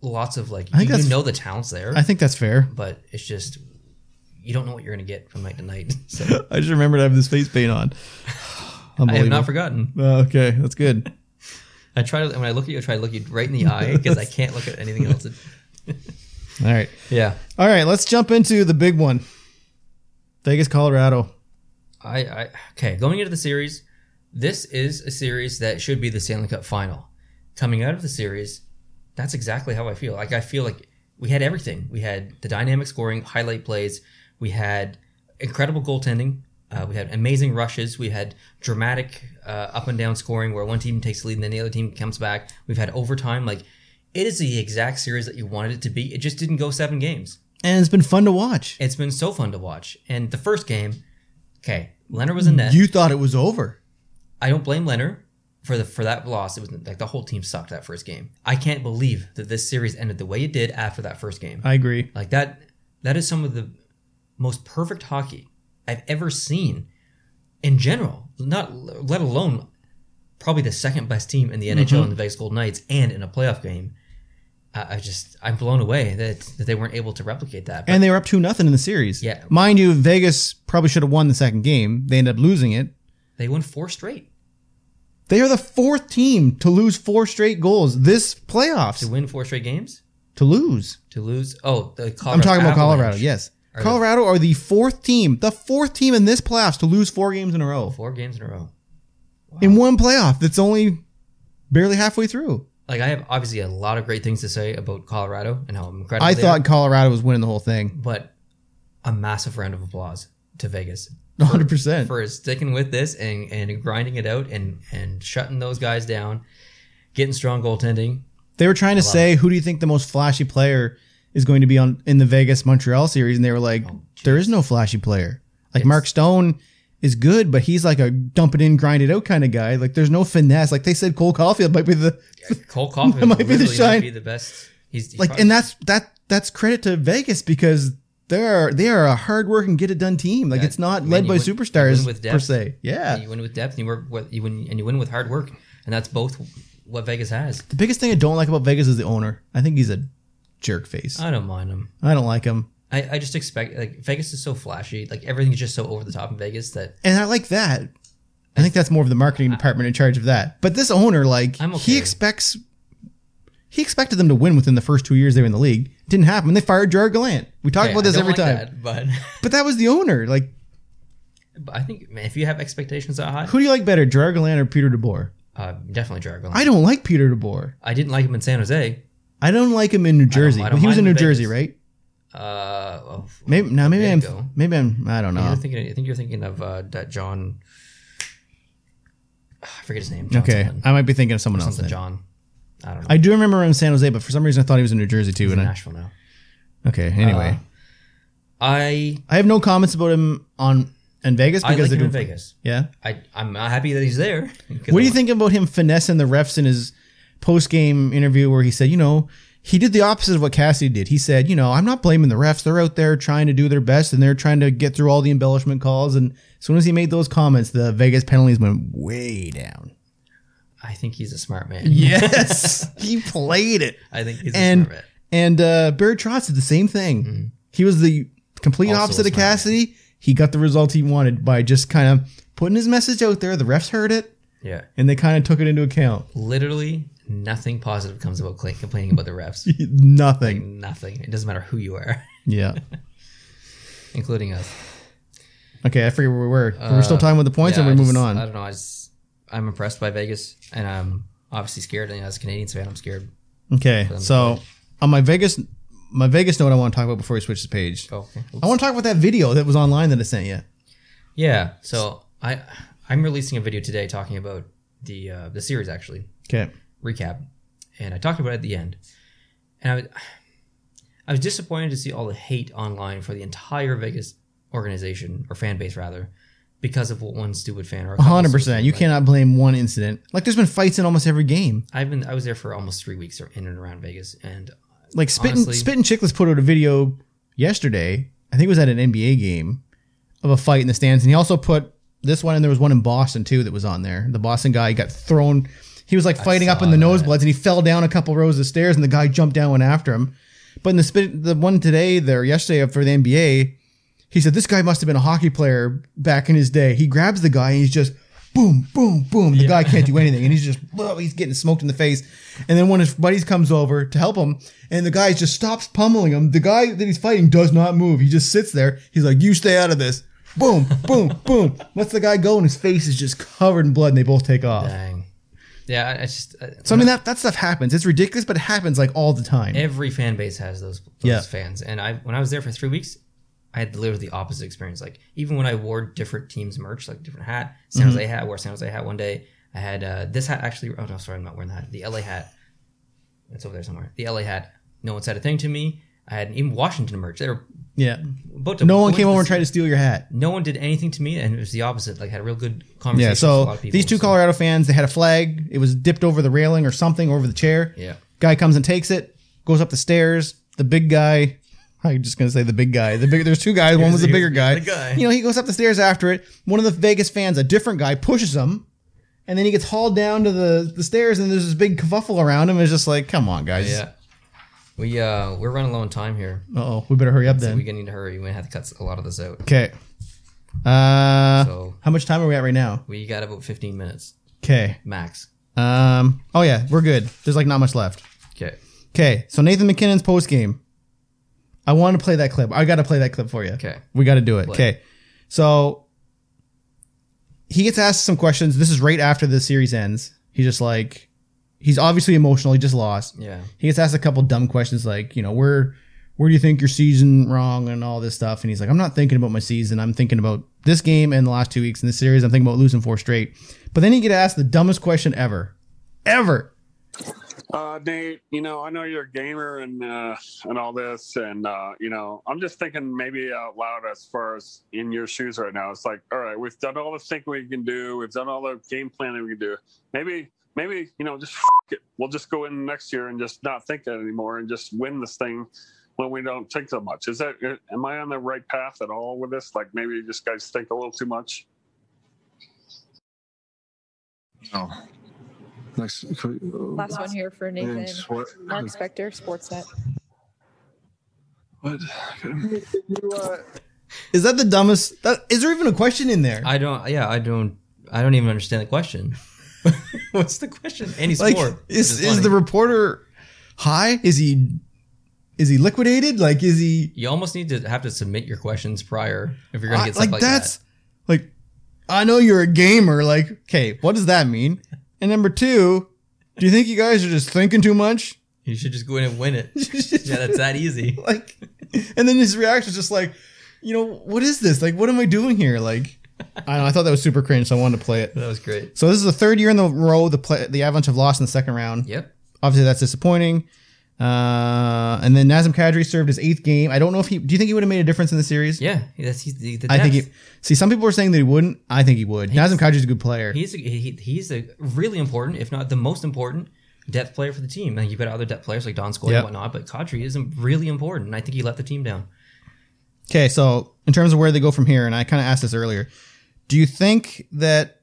Speaker 2: Lots of like
Speaker 1: think
Speaker 2: you, you
Speaker 1: that's-
Speaker 2: know the talent's there,
Speaker 1: I think that's fair.
Speaker 2: but it's just you don't know what you're gonna get from night to night. So
Speaker 1: I just remembered I have this face paint on.
Speaker 2: I have not forgotten.
Speaker 1: Oh, okay, that's good.
Speaker 2: I try to when I look at you, I try to look you right in the eye because I can't look at anything else.
Speaker 1: All right,
Speaker 2: Yeah,
Speaker 1: all right. Let's jump into the big one. Vegas, Colorado.
Speaker 2: I, I okay. Going into the series, this is a series that should be the Stanley Cup final. Coming out of the series, that's exactly how I feel. Like I feel like we had everything. We had the dynamic scoring, highlight plays. We had incredible goaltending. Uh, we had amazing rushes. We had dramatic uh, up and down scoring where one team takes the lead and then the other team comes back. We've had overtime. Like it is the exact series that you wanted it to be. It just didn't go seven games.
Speaker 1: And it's been fun to watch.
Speaker 2: It's been so fun to watch. And the first game, okay, Leonard was in net.
Speaker 1: You thought it was over.
Speaker 2: I don't blame Leonard for the for that loss. It was like the whole team sucked that first game. I can't believe that this series ended the way it did after that first game.
Speaker 1: I agree.
Speaker 2: Like that that is some of the most perfect hockey I've ever seen in general. Not let alone probably the second best team in the NHL
Speaker 1: Mm-hmm.
Speaker 2: in the Vegas Golden Knights and in a playoff game. I, I just I'm blown away that that they weren't able to replicate that. But
Speaker 1: And they were up two nothing in the series.
Speaker 2: Yeah.
Speaker 1: mind you, Vegas probably should have won the second game. They ended up losing it.
Speaker 2: they won four straight.
Speaker 1: They are the fourth team to lose four straight goals this playoffs.
Speaker 2: To win four straight games?
Speaker 1: To lose,
Speaker 2: To lose oh the Colorado
Speaker 1: I'm talking about Colorado.
Speaker 2: Avalanche.
Speaker 1: Yes,
Speaker 2: Are the-
Speaker 1: Colorado are the fourth team, the fourth team in this playoffs to lose four games in a row.
Speaker 2: Four games in a row.
Speaker 1: in one playoff that's only barely halfway through.
Speaker 2: like I have obviously a lot of great things to say about Colorado and how incredible
Speaker 1: I
Speaker 2: they
Speaker 1: thought
Speaker 2: are,
Speaker 1: Colorado was winning the whole thing.
Speaker 2: but a massive round of applause to Vegas
Speaker 1: 100%.
Speaker 2: for sticking with this and and grinding it out and and shutting those guys down, getting strong goaltending.
Speaker 1: they were trying to say, who do you think the most flashy player is going to be on in the Vegas Montreal series? And they were like,
Speaker 2: Oh,
Speaker 1: there is no flashy player. Like Mark Stone is good, but he's like a dump it in, grind it out kind of guy. Like there's no finesse. Like they said, Cole Caulfield might be the
Speaker 2: Cole Coffin
Speaker 1: might be the
Speaker 2: literally
Speaker 1: shine.
Speaker 2: might be the best. He's, he's
Speaker 1: like,
Speaker 2: probably-
Speaker 1: and that's that that's credit to Vegas because. They are they are a hard work and get it done team. Like
Speaker 2: Yeah,
Speaker 1: it's not
Speaker 2: man,
Speaker 1: led
Speaker 2: you
Speaker 1: by
Speaker 2: win- you
Speaker 1: superstars
Speaker 2: win with
Speaker 1: per
Speaker 2: depth.
Speaker 1: se. Yeah,
Speaker 2: you win with depth, and you work with, you win, and you win with hard work, and that's both what Vegas has.
Speaker 1: The biggest thing I don't like about Vegas is the owner. I think he's a jerk face.
Speaker 2: I don't mind them.
Speaker 1: I don't like him.
Speaker 2: I, I just expect like Vegas is so flashy, like everything's just so over the top in Vegas that
Speaker 1: And I like that. I think that's more of the marketing department in charge of that. But this owner, like,
Speaker 2: I'm okay.
Speaker 1: he expects he expected them to win within the first two years they were in the league. Didn't happen. They fired Gerard Gallant. We talk
Speaker 2: Okay,
Speaker 1: about
Speaker 2: I
Speaker 1: this
Speaker 2: don't
Speaker 1: every time.
Speaker 2: like that, but
Speaker 1: But that was the owner. Like,
Speaker 2: But I think, man, if you have expectations that high,
Speaker 1: who do you like better, Gerard Gallant or Peter DeBoer?
Speaker 2: uh, definitely Jared Gallagher.
Speaker 1: I don't like Peter DeBoer.
Speaker 2: I didn't like him in San Jose.
Speaker 1: I don't like him in New Jersey.
Speaker 2: I
Speaker 1: But
Speaker 2: don't
Speaker 1: he was in
Speaker 2: mind
Speaker 1: New
Speaker 2: Vegas.
Speaker 1: Jersey, right?
Speaker 2: Uh, well,
Speaker 1: Maybe now. Maybe
Speaker 2: There you
Speaker 1: I'm.
Speaker 2: go.
Speaker 1: Maybe I'm. I don't
Speaker 2: you're
Speaker 1: know.
Speaker 2: thinking. I think you're thinking of uh, that John. I forget his name. John
Speaker 1: Okay,
Speaker 2: something.
Speaker 1: I might be thinking of someone else.
Speaker 2: something
Speaker 1: Then.
Speaker 2: John. I don't know.
Speaker 1: I do remember him in San Jose, but for some reason I thought he was in New Jersey too.
Speaker 2: He's in
Speaker 1: And I,
Speaker 2: Nashville now.
Speaker 1: okay, anyway,
Speaker 2: I
Speaker 1: I have no comments about him on in Vegas
Speaker 2: I
Speaker 1: because
Speaker 2: like
Speaker 1: they
Speaker 2: him
Speaker 1: do
Speaker 2: in Vegas.
Speaker 1: Yeah.
Speaker 2: I I'm not happy that he's there.
Speaker 1: What do you think about him finessing the refs in his post game interview where he said, you know, he did the opposite of what Cassidy did. He said, you know, I'm not blaming the refs. They're out there trying to do their best and they're trying to get through all the embellishment calls. And as soon as he made those comments, the Vegas penalties went way down.
Speaker 2: I think he's a smart man.
Speaker 1: Yes, he played it.
Speaker 2: I think he's a
Speaker 1: And-
Speaker 2: smart man.
Speaker 1: And uh, Barry Trotz did the same thing. He was the complete
Speaker 2: Mm-hmm. Also
Speaker 1: opposite
Speaker 2: a
Speaker 1: of
Speaker 2: smart man.
Speaker 1: Cassidy. He got the result he wanted by just kind of putting his message out there. The refs heard it
Speaker 2: Yeah.
Speaker 1: and they kind of took it into account.
Speaker 2: Literally nothing positive comes about cla complaining about the refs.
Speaker 1: Nothing.
Speaker 2: nothing. It doesn't matter who you are,
Speaker 1: Yeah.
Speaker 2: including us.
Speaker 1: Okay, I forget where we were. we're still
Speaker 2: Uh,
Speaker 1: talking about the points,
Speaker 2: Yeah,
Speaker 1: and we're
Speaker 2: I
Speaker 1: moving
Speaker 2: just-
Speaker 1: on.
Speaker 2: I don't know. I just, I'm impressed by Vegas, and I'm obviously scared. And as a Canadians fan, I'm scared.
Speaker 1: Okay,
Speaker 2: them.
Speaker 1: so on my Vegas, my Vegas note, I want to talk about before we switch the page.
Speaker 2: Oh, okay.
Speaker 1: I want to talk about that video that was online that I sent you.
Speaker 2: Yeah. So I I'm releasing a video today talking about the uh, the series actually
Speaker 1: Okay,
Speaker 2: recap, and I talked about it at the end, and I was, I was disappointed to see all the hate online for the entire Vegas organization or fan base rather, because of what one stupid fan or a couple
Speaker 1: hundred
Speaker 2: stupid
Speaker 1: percent. You
Speaker 2: fan-
Speaker 1: cannot blame one incident. Like there's been fights in almost every game.
Speaker 2: I've been I was there for almost three weeks in and around Vegas, and
Speaker 1: Like spit and,
Speaker 2: Honestly.
Speaker 1: spit and Chickless put out a video yesterday. I think it was at an NBA game of a fight in the stands, and he also put this one, and there was one in Boston too that was on there. The Boston guy got thrown. He was like fighting up in
Speaker 2: saw
Speaker 1: the
Speaker 2: that.
Speaker 1: nosebloods, and he fell down a couple rows of stairs, and the guy jumped down and went after him. But in the spit, the one today there yesterday for the NBA, he said this guy must have been a hockey player back in his day. He grabs the guy and he's just boom, boom, boom. The guy can't do anything, and he's just "Whoa," he's getting smoked in the face. And then one of his buddies comes over to help him, and the guy just stops pummeling him. The guy that he's fighting does not move. He just sits there. He's like, "You stay out of this." Boom, boom, boom. Lets the guy go, and his face is just covered in blood, and they both take off.
Speaker 2: dang, uh, yeah, I, I just I,
Speaker 1: So I mean that that stuff happens. It's ridiculous, but it happens like all the time.
Speaker 2: every fan base has those, those
Speaker 1: Yeah.
Speaker 2: fans and i when i was there for three weeks i had literally the opposite experience like even when i wore different teams merch like different hat san
Speaker 1: Mm-hmm.
Speaker 2: jose hat I wore a san jose hat one day i had uh, this hat actually oh no sorry i'm not wearing that the la hat it's over there somewhere the la hat no one said a thing to me i had even washington merch they were
Speaker 1: yeah.
Speaker 2: about to
Speaker 1: No one
Speaker 2: go
Speaker 1: came
Speaker 2: into
Speaker 1: over
Speaker 2: the
Speaker 1: and tried to steal your hat.
Speaker 2: seat. no one did anything to me and it was the opposite like I had a real good conversation
Speaker 1: Yeah,
Speaker 2: with a
Speaker 1: so
Speaker 2: lot of people
Speaker 1: these two
Speaker 2: so-
Speaker 1: Colorado fans, they had a flag. It was dipped over the railing or something over the chair.
Speaker 2: yeah
Speaker 1: Guy comes and takes it, goes up the stairs. The big guy, I'm just gonna say the big guy. The big, there's two guys. One was the
Speaker 2: Here's-
Speaker 1: bigger guy.
Speaker 2: here's the guy.
Speaker 1: You know, he goes up the stairs after it. One of the Vegas fans, a different guy, pushes him, and then he gets hauled down to the, the stairs. And there's this big kerfuffle around him. It's just like, come on, guys.
Speaker 2: yeah we uh we're running low on time here
Speaker 1: Oh, we better hurry up
Speaker 2: so
Speaker 1: then.
Speaker 2: we're gonna need to hurry we might have to cut a lot of this out
Speaker 1: okay. Uh,
Speaker 2: So-
Speaker 1: how much time are we at right now?
Speaker 2: We got about 15 minutes
Speaker 1: Okay.
Speaker 2: max.
Speaker 1: Um. Oh yeah, we're good. There's like not much left.
Speaker 2: Okay.
Speaker 1: Okay, so Nathan McKinnon's post game. I want to play that clip. I got to play that clip for you.
Speaker 2: Okay.
Speaker 1: we got to do it.
Speaker 2: Play.
Speaker 1: Okay, so he gets asked some questions. This is right after the series ends. He's just like, he's obviously emotional. He just lost.
Speaker 2: Yeah.
Speaker 1: He gets asked a couple dumb questions like, you know, where where do you think your season wrong and all this stuff? And he's like, I'm not thinking about my season. I'm thinking about this game and the last two weeks in this series. I'm thinking about losing four straight. But then he get asked the dumbest question ever, ever.
Speaker 5: Uh, Nate, you know, I know you're a gamer and uh, and all this, and uh, you know, I'm just thinking maybe out loud as far as in your shoes right now. It's like, all right, we've done all the thinking we can do, we've done all the game planning we can do. Maybe, maybe you know, just f- it. we'll just go in next year and just not think it anymore and just win this thing when we don't think so much. Is that am I on the right path at all with this? Like maybe you just guys think a little too much.
Speaker 6: No. Next.
Speaker 7: Last one here for Nathan.
Speaker 6: What?
Speaker 7: Mark Spector, Sportsnet.
Speaker 6: What?
Speaker 1: Is that the dumbest? That, is there even a question in there?
Speaker 2: I don't, yeah, I don't, I don't even understand the question. What's the question? Any
Speaker 1: like,
Speaker 2: sport.
Speaker 1: is
Speaker 2: which
Speaker 1: is
Speaker 2: funny.
Speaker 1: the reporter high? Is he is he liquidated? Like, is he
Speaker 2: you almost need to have to submit your questions prior if you're going to
Speaker 1: I-
Speaker 2: get stuff like,
Speaker 1: that's
Speaker 2: that.
Speaker 1: like I know you're a gamer. Like, okay, what does that mean? And number two, do you think you guys are just thinking too much?
Speaker 2: You should just go in and win it. yeah, that's that easy.
Speaker 1: Like, and then his reaction is just like, you know, what is this? Like, what am I doing here? Like, I don't know. I thought that was super cringe, so I wanted to play it.
Speaker 2: That was great.
Speaker 1: So this is the third year in the row the play, the Avalanche have lost in the second round.
Speaker 2: Yep.
Speaker 1: obviously that's disappointing. Uh, and then Nazem Kadri served his eighth game. I don't know if he. Do you think he would have made a difference in the series?
Speaker 2: Yeah. That's, he's the, the
Speaker 1: I think. He,
Speaker 2: depth.
Speaker 1: see, some people were saying that he wouldn't. I think he would. Nazem Kadri's a good player.
Speaker 2: he's, a, he, he's a really important, if not the most important depth player for the team. Like you've got other depth players like Don Scoy
Speaker 1: Yep.
Speaker 2: and whatnot, but Kadri is really important. And I think he let the team down.
Speaker 1: Okay, so in terms of where they go from here, and I kind of asked this earlier, do you think that,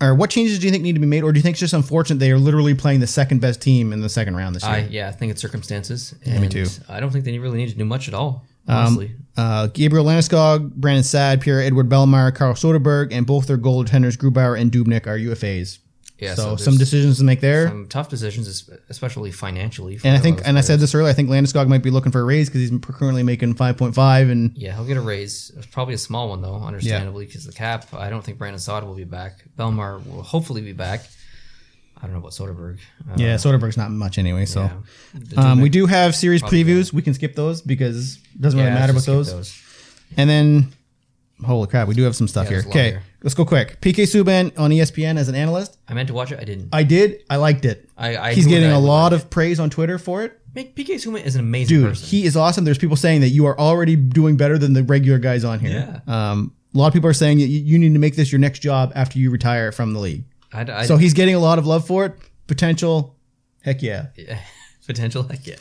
Speaker 1: or what changes do you think need to be made, or do you think it's just unfortunate they are literally playing the second best team in the second round this year?
Speaker 2: I yeah, I think it's circumstances.
Speaker 1: Yeah,
Speaker 2: And
Speaker 1: me too.
Speaker 2: I don't think they really need to do much at all.
Speaker 1: Um,
Speaker 2: Honestly,
Speaker 1: Uh, Gabriel Landeskog, Brandon Sad, Pierre Edward Bellemare, Carl Soderberg, and both their goaltenders Grubauer and Dubnik are UFAs.
Speaker 2: yeah.
Speaker 1: so
Speaker 2: there's
Speaker 1: some decisions to make there.
Speaker 2: some tough decisions, es- especially financially. for
Speaker 1: and I
Speaker 2: a lot
Speaker 1: think,
Speaker 2: of those
Speaker 1: and I said
Speaker 2: players.
Speaker 1: this earlier, I think Landeskog might be looking for a raise because he's currently making five point five, and
Speaker 2: Yeah, he'll get a raise. It's probably a small one though, understandably, because the cap. I don't think Brandon Sod will be back. Belmar will hopefully be back. I don't know about Soderberg. Uh,
Speaker 1: yeah, Soderberg's not much anyway. So
Speaker 2: yeah. The
Speaker 1: um, we
Speaker 2: Dubnyk-
Speaker 1: do have series
Speaker 2: Probably
Speaker 1: previews. We can skip those because it doesn't
Speaker 2: yeah,
Speaker 1: really matter about
Speaker 2: let's
Speaker 1: those.
Speaker 2: skip
Speaker 1: And then, holy crap, we do have some stuff
Speaker 2: Yeah,
Speaker 1: here.
Speaker 2: there's a lot
Speaker 1: Okay,
Speaker 2: here.
Speaker 1: let's go quick. PK Subban on E ESPN as an analyst.
Speaker 2: I meant to watch it. I didn't.
Speaker 1: I did. I liked it.
Speaker 2: I, I
Speaker 1: Uh, He's
Speaker 2: do
Speaker 1: getting
Speaker 2: what I
Speaker 1: a
Speaker 2: would
Speaker 1: lot
Speaker 2: like.
Speaker 1: of praise on Twitter for it.
Speaker 2: Make- PK Suma is an amazing
Speaker 1: Dude,
Speaker 2: person.
Speaker 1: he is awesome. There's people saying that you are already doing better than the regular guys on here. Um, a lot of people are saying that you- you need to make this your next job after you retire from the league.
Speaker 2: I, I,
Speaker 1: so he's getting a lot of love for it. Potential, heck yeah.
Speaker 2: potential. Heck yeah,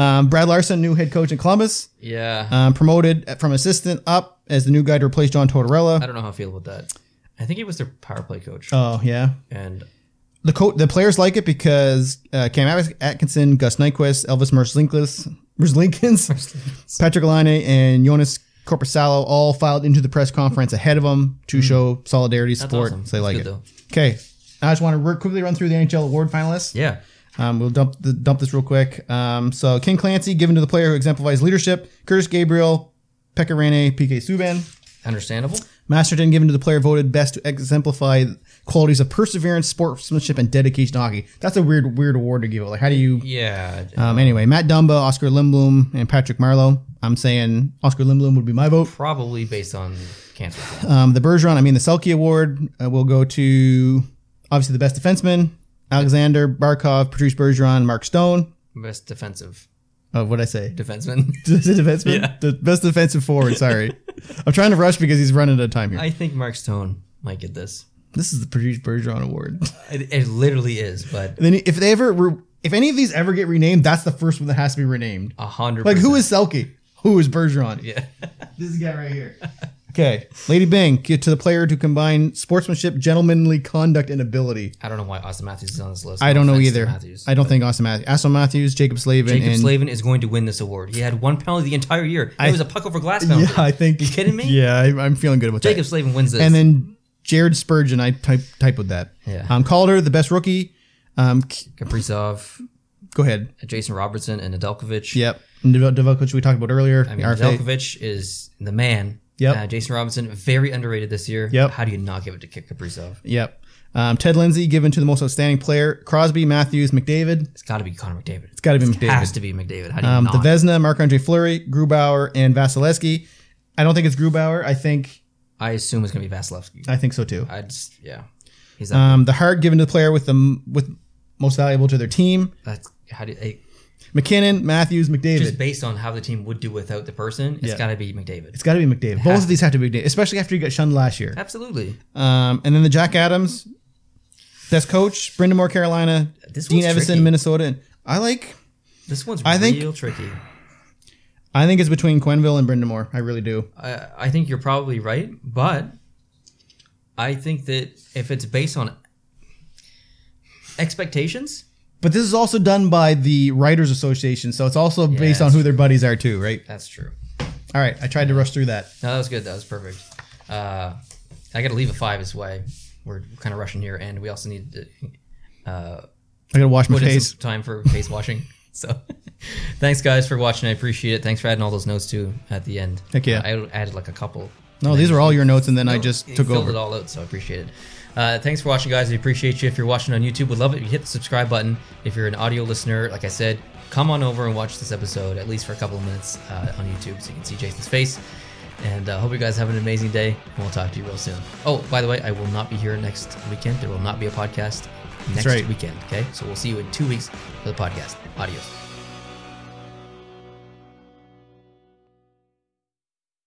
Speaker 1: Um, Brad Larson, new head coach in Columbus,
Speaker 2: yeah.
Speaker 1: um, promoted from assistant up as the new guy to replace John
Speaker 2: I
Speaker 1: Tortorella.
Speaker 2: don't know how I feel about that. I think he was their power play coach,
Speaker 1: Oh yeah,
Speaker 2: and
Speaker 1: the co- the players like it because uh, Cam At- Atkinson, Gus Nyquist, Elvis Merzlinkins, Merzlinkins, Patrick Line, and Jonas Corposalo all filed into the press conference ahead of him to show solidarity
Speaker 2: Hmm. that's
Speaker 1: support.
Speaker 2: awesome.
Speaker 1: So they
Speaker 2: That's
Speaker 1: like
Speaker 2: good,
Speaker 1: it.
Speaker 2: though.
Speaker 1: Okay, I just want to re- quickly run through the NHL award finalists.
Speaker 2: Yeah,
Speaker 1: Um, we'll dump the, dump this real quick. Um, so King Clancy given to the player who exemplifies leadership. Curtis Gabriel, Pekka Rinne, PK Subban.
Speaker 2: understandable.
Speaker 1: Masterton given to the player voted best to exemplify qualities of perseverance, sportsmanship, and dedication to hockey. That's a weird, weird award to give. Like, how do you?
Speaker 2: Yeah,
Speaker 1: Um, anyway, Matt Dumba, Oscar Lindblom, and Patrick Marlowe. I'm saying Oscar Lindblom would be my vote.
Speaker 2: probably based on cancer.
Speaker 1: Um, the Bergeron, I mean the Selkie Award, uh, will go to obviously the best defenseman, Alexander Barkov, Patrice Bergeron, Mark Stone.
Speaker 2: Best defensive
Speaker 1: Of what I say,
Speaker 2: defenseman.
Speaker 1: the defenseman,
Speaker 2: Yeah.
Speaker 1: the best defensive forward. Sorry, I'm trying to rush because he's running out of time here.
Speaker 2: I think Mark Stone might get this.
Speaker 1: this is the Patrice Bergeron Award.
Speaker 2: It, it literally is, but
Speaker 1: And then if they ever, re- if any of these ever get renamed, that's the first one that has to be renamed.
Speaker 2: a hundred.
Speaker 1: Like who
Speaker 2: percent.
Speaker 1: is Selkie? Who is Bergeron?
Speaker 2: Yeah,
Speaker 1: This guy right here. Okay, Lady Bing, get to the player to combine sportsmanship, gentlemanly conduct, and ability.
Speaker 2: I don't know why Austin Matthews is on this list.
Speaker 1: I
Speaker 2: No
Speaker 1: don't know
Speaker 2: offense to
Speaker 1: either.
Speaker 2: Matthews.
Speaker 1: I don't think Austin Matthews, Austin Matthews, Jacob Slavin,
Speaker 2: Jacob
Speaker 1: and
Speaker 2: Slavin is going to win this award. He had one penalty the entire year. It
Speaker 1: I-
Speaker 2: was a puck over glass penalty.
Speaker 1: yeah, I think
Speaker 2: You kidding me?
Speaker 1: Yeah, I, I'm feeling good about
Speaker 2: Jacob
Speaker 1: that.
Speaker 2: Slavin wins this.
Speaker 1: And then Jared Spurgeon, I type typoed that.
Speaker 2: Yeah.
Speaker 1: Um, Calder, the best rookie. Um, K-
Speaker 2: Kaprizov,
Speaker 1: go ahead.
Speaker 2: Jason Robertson, and Nedeljkovic.
Speaker 1: Yep. And Devel- Develkovic we talked about earlier.
Speaker 2: I mean,
Speaker 1: RFA.
Speaker 2: Nedeljkovic is the man.
Speaker 1: Yep.
Speaker 2: Uh, Jason Robinson, very underrated this year.
Speaker 1: Yep.
Speaker 2: How do you not give it to Kip Kaprizov?
Speaker 1: Yep. Um, Ted Lindsay given to the most outstanding player. Crosby, Matthews, McDavid.
Speaker 2: It's got to be Connor McDavid. It's
Speaker 1: gotta be McDavid.
Speaker 2: Has to be McDavid. How do you
Speaker 1: Um, the
Speaker 2: not?
Speaker 1: Vesna, Marc Andre Fleury, Grubauer, and Vasilevsky. I don't think it's Grubauer. I think
Speaker 2: I assume it's going to be Vasilevsky.
Speaker 1: I think so too.
Speaker 2: I just yeah. He's that.
Speaker 1: Um, the heart given to the player with the m- with most valuable to their team.
Speaker 2: that's how do hey,
Speaker 1: McKinnon, Matthews,
Speaker 2: just
Speaker 1: McDavid.
Speaker 2: based on how the team would do without the person. It's
Speaker 1: Yeah.
Speaker 2: got to be McDavid.
Speaker 1: It's got to be McDavid. Both of these have to be McDavid, especially after he got shunned last year.
Speaker 2: Absolutely.
Speaker 1: Um, and then the Jack Adams, best coach, Brendan Moore, Carolina,
Speaker 2: This
Speaker 1: Dean
Speaker 2: one's
Speaker 1: Evison,
Speaker 2: tricky.
Speaker 1: Minnesota. And I like.
Speaker 2: This one's
Speaker 1: I think-
Speaker 2: real tricky.
Speaker 1: I think it's between Quenville and Brendan Moore. I really do.
Speaker 2: I, I think you're probably right, but I think that if it's based on expectations,
Speaker 1: But this is also done by the Writers Association, so it's also based on
Speaker 2: that's
Speaker 1: who their buddies are too, right?
Speaker 2: that's true.
Speaker 1: All right, I tried to rush through that.
Speaker 2: No, that was good. That was perfect. Uh, I got to leave a five is why we're kind of rushing here, and we also need to uh,
Speaker 1: I gotta wash my
Speaker 2: put in
Speaker 1: face.
Speaker 2: some time for face washing. So, thanks guys for watching. I appreciate it. Thanks for adding all those notes too at the end.
Speaker 1: Heck yeah.
Speaker 2: I added like a couple.
Speaker 1: No, these are all your notes, and then I
Speaker 2: No,
Speaker 1: just
Speaker 2: you
Speaker 1: took
Speaker 2: filled
Speaker 1: over.
Speaker 2: it all out, so I appreciate it. Uh, thanks for watching, guys. We appreciate you. If you're watching on YouTube, would love it if you hit the subscribe button. If you're an audio listener, like I said, come on over and watch this episode at least for a couple of minutes uh, on YouTube so you can see Jason's face. And uh, hope you guys have an amazing day, and we'll talk to you real soon. Oh, by the way, I will not be here next weekend. There will not be a podcast next
Speaker 1: right.
Speaker 2: weekend. Okay, so we'll see you in two weeks for the podcast. Adios.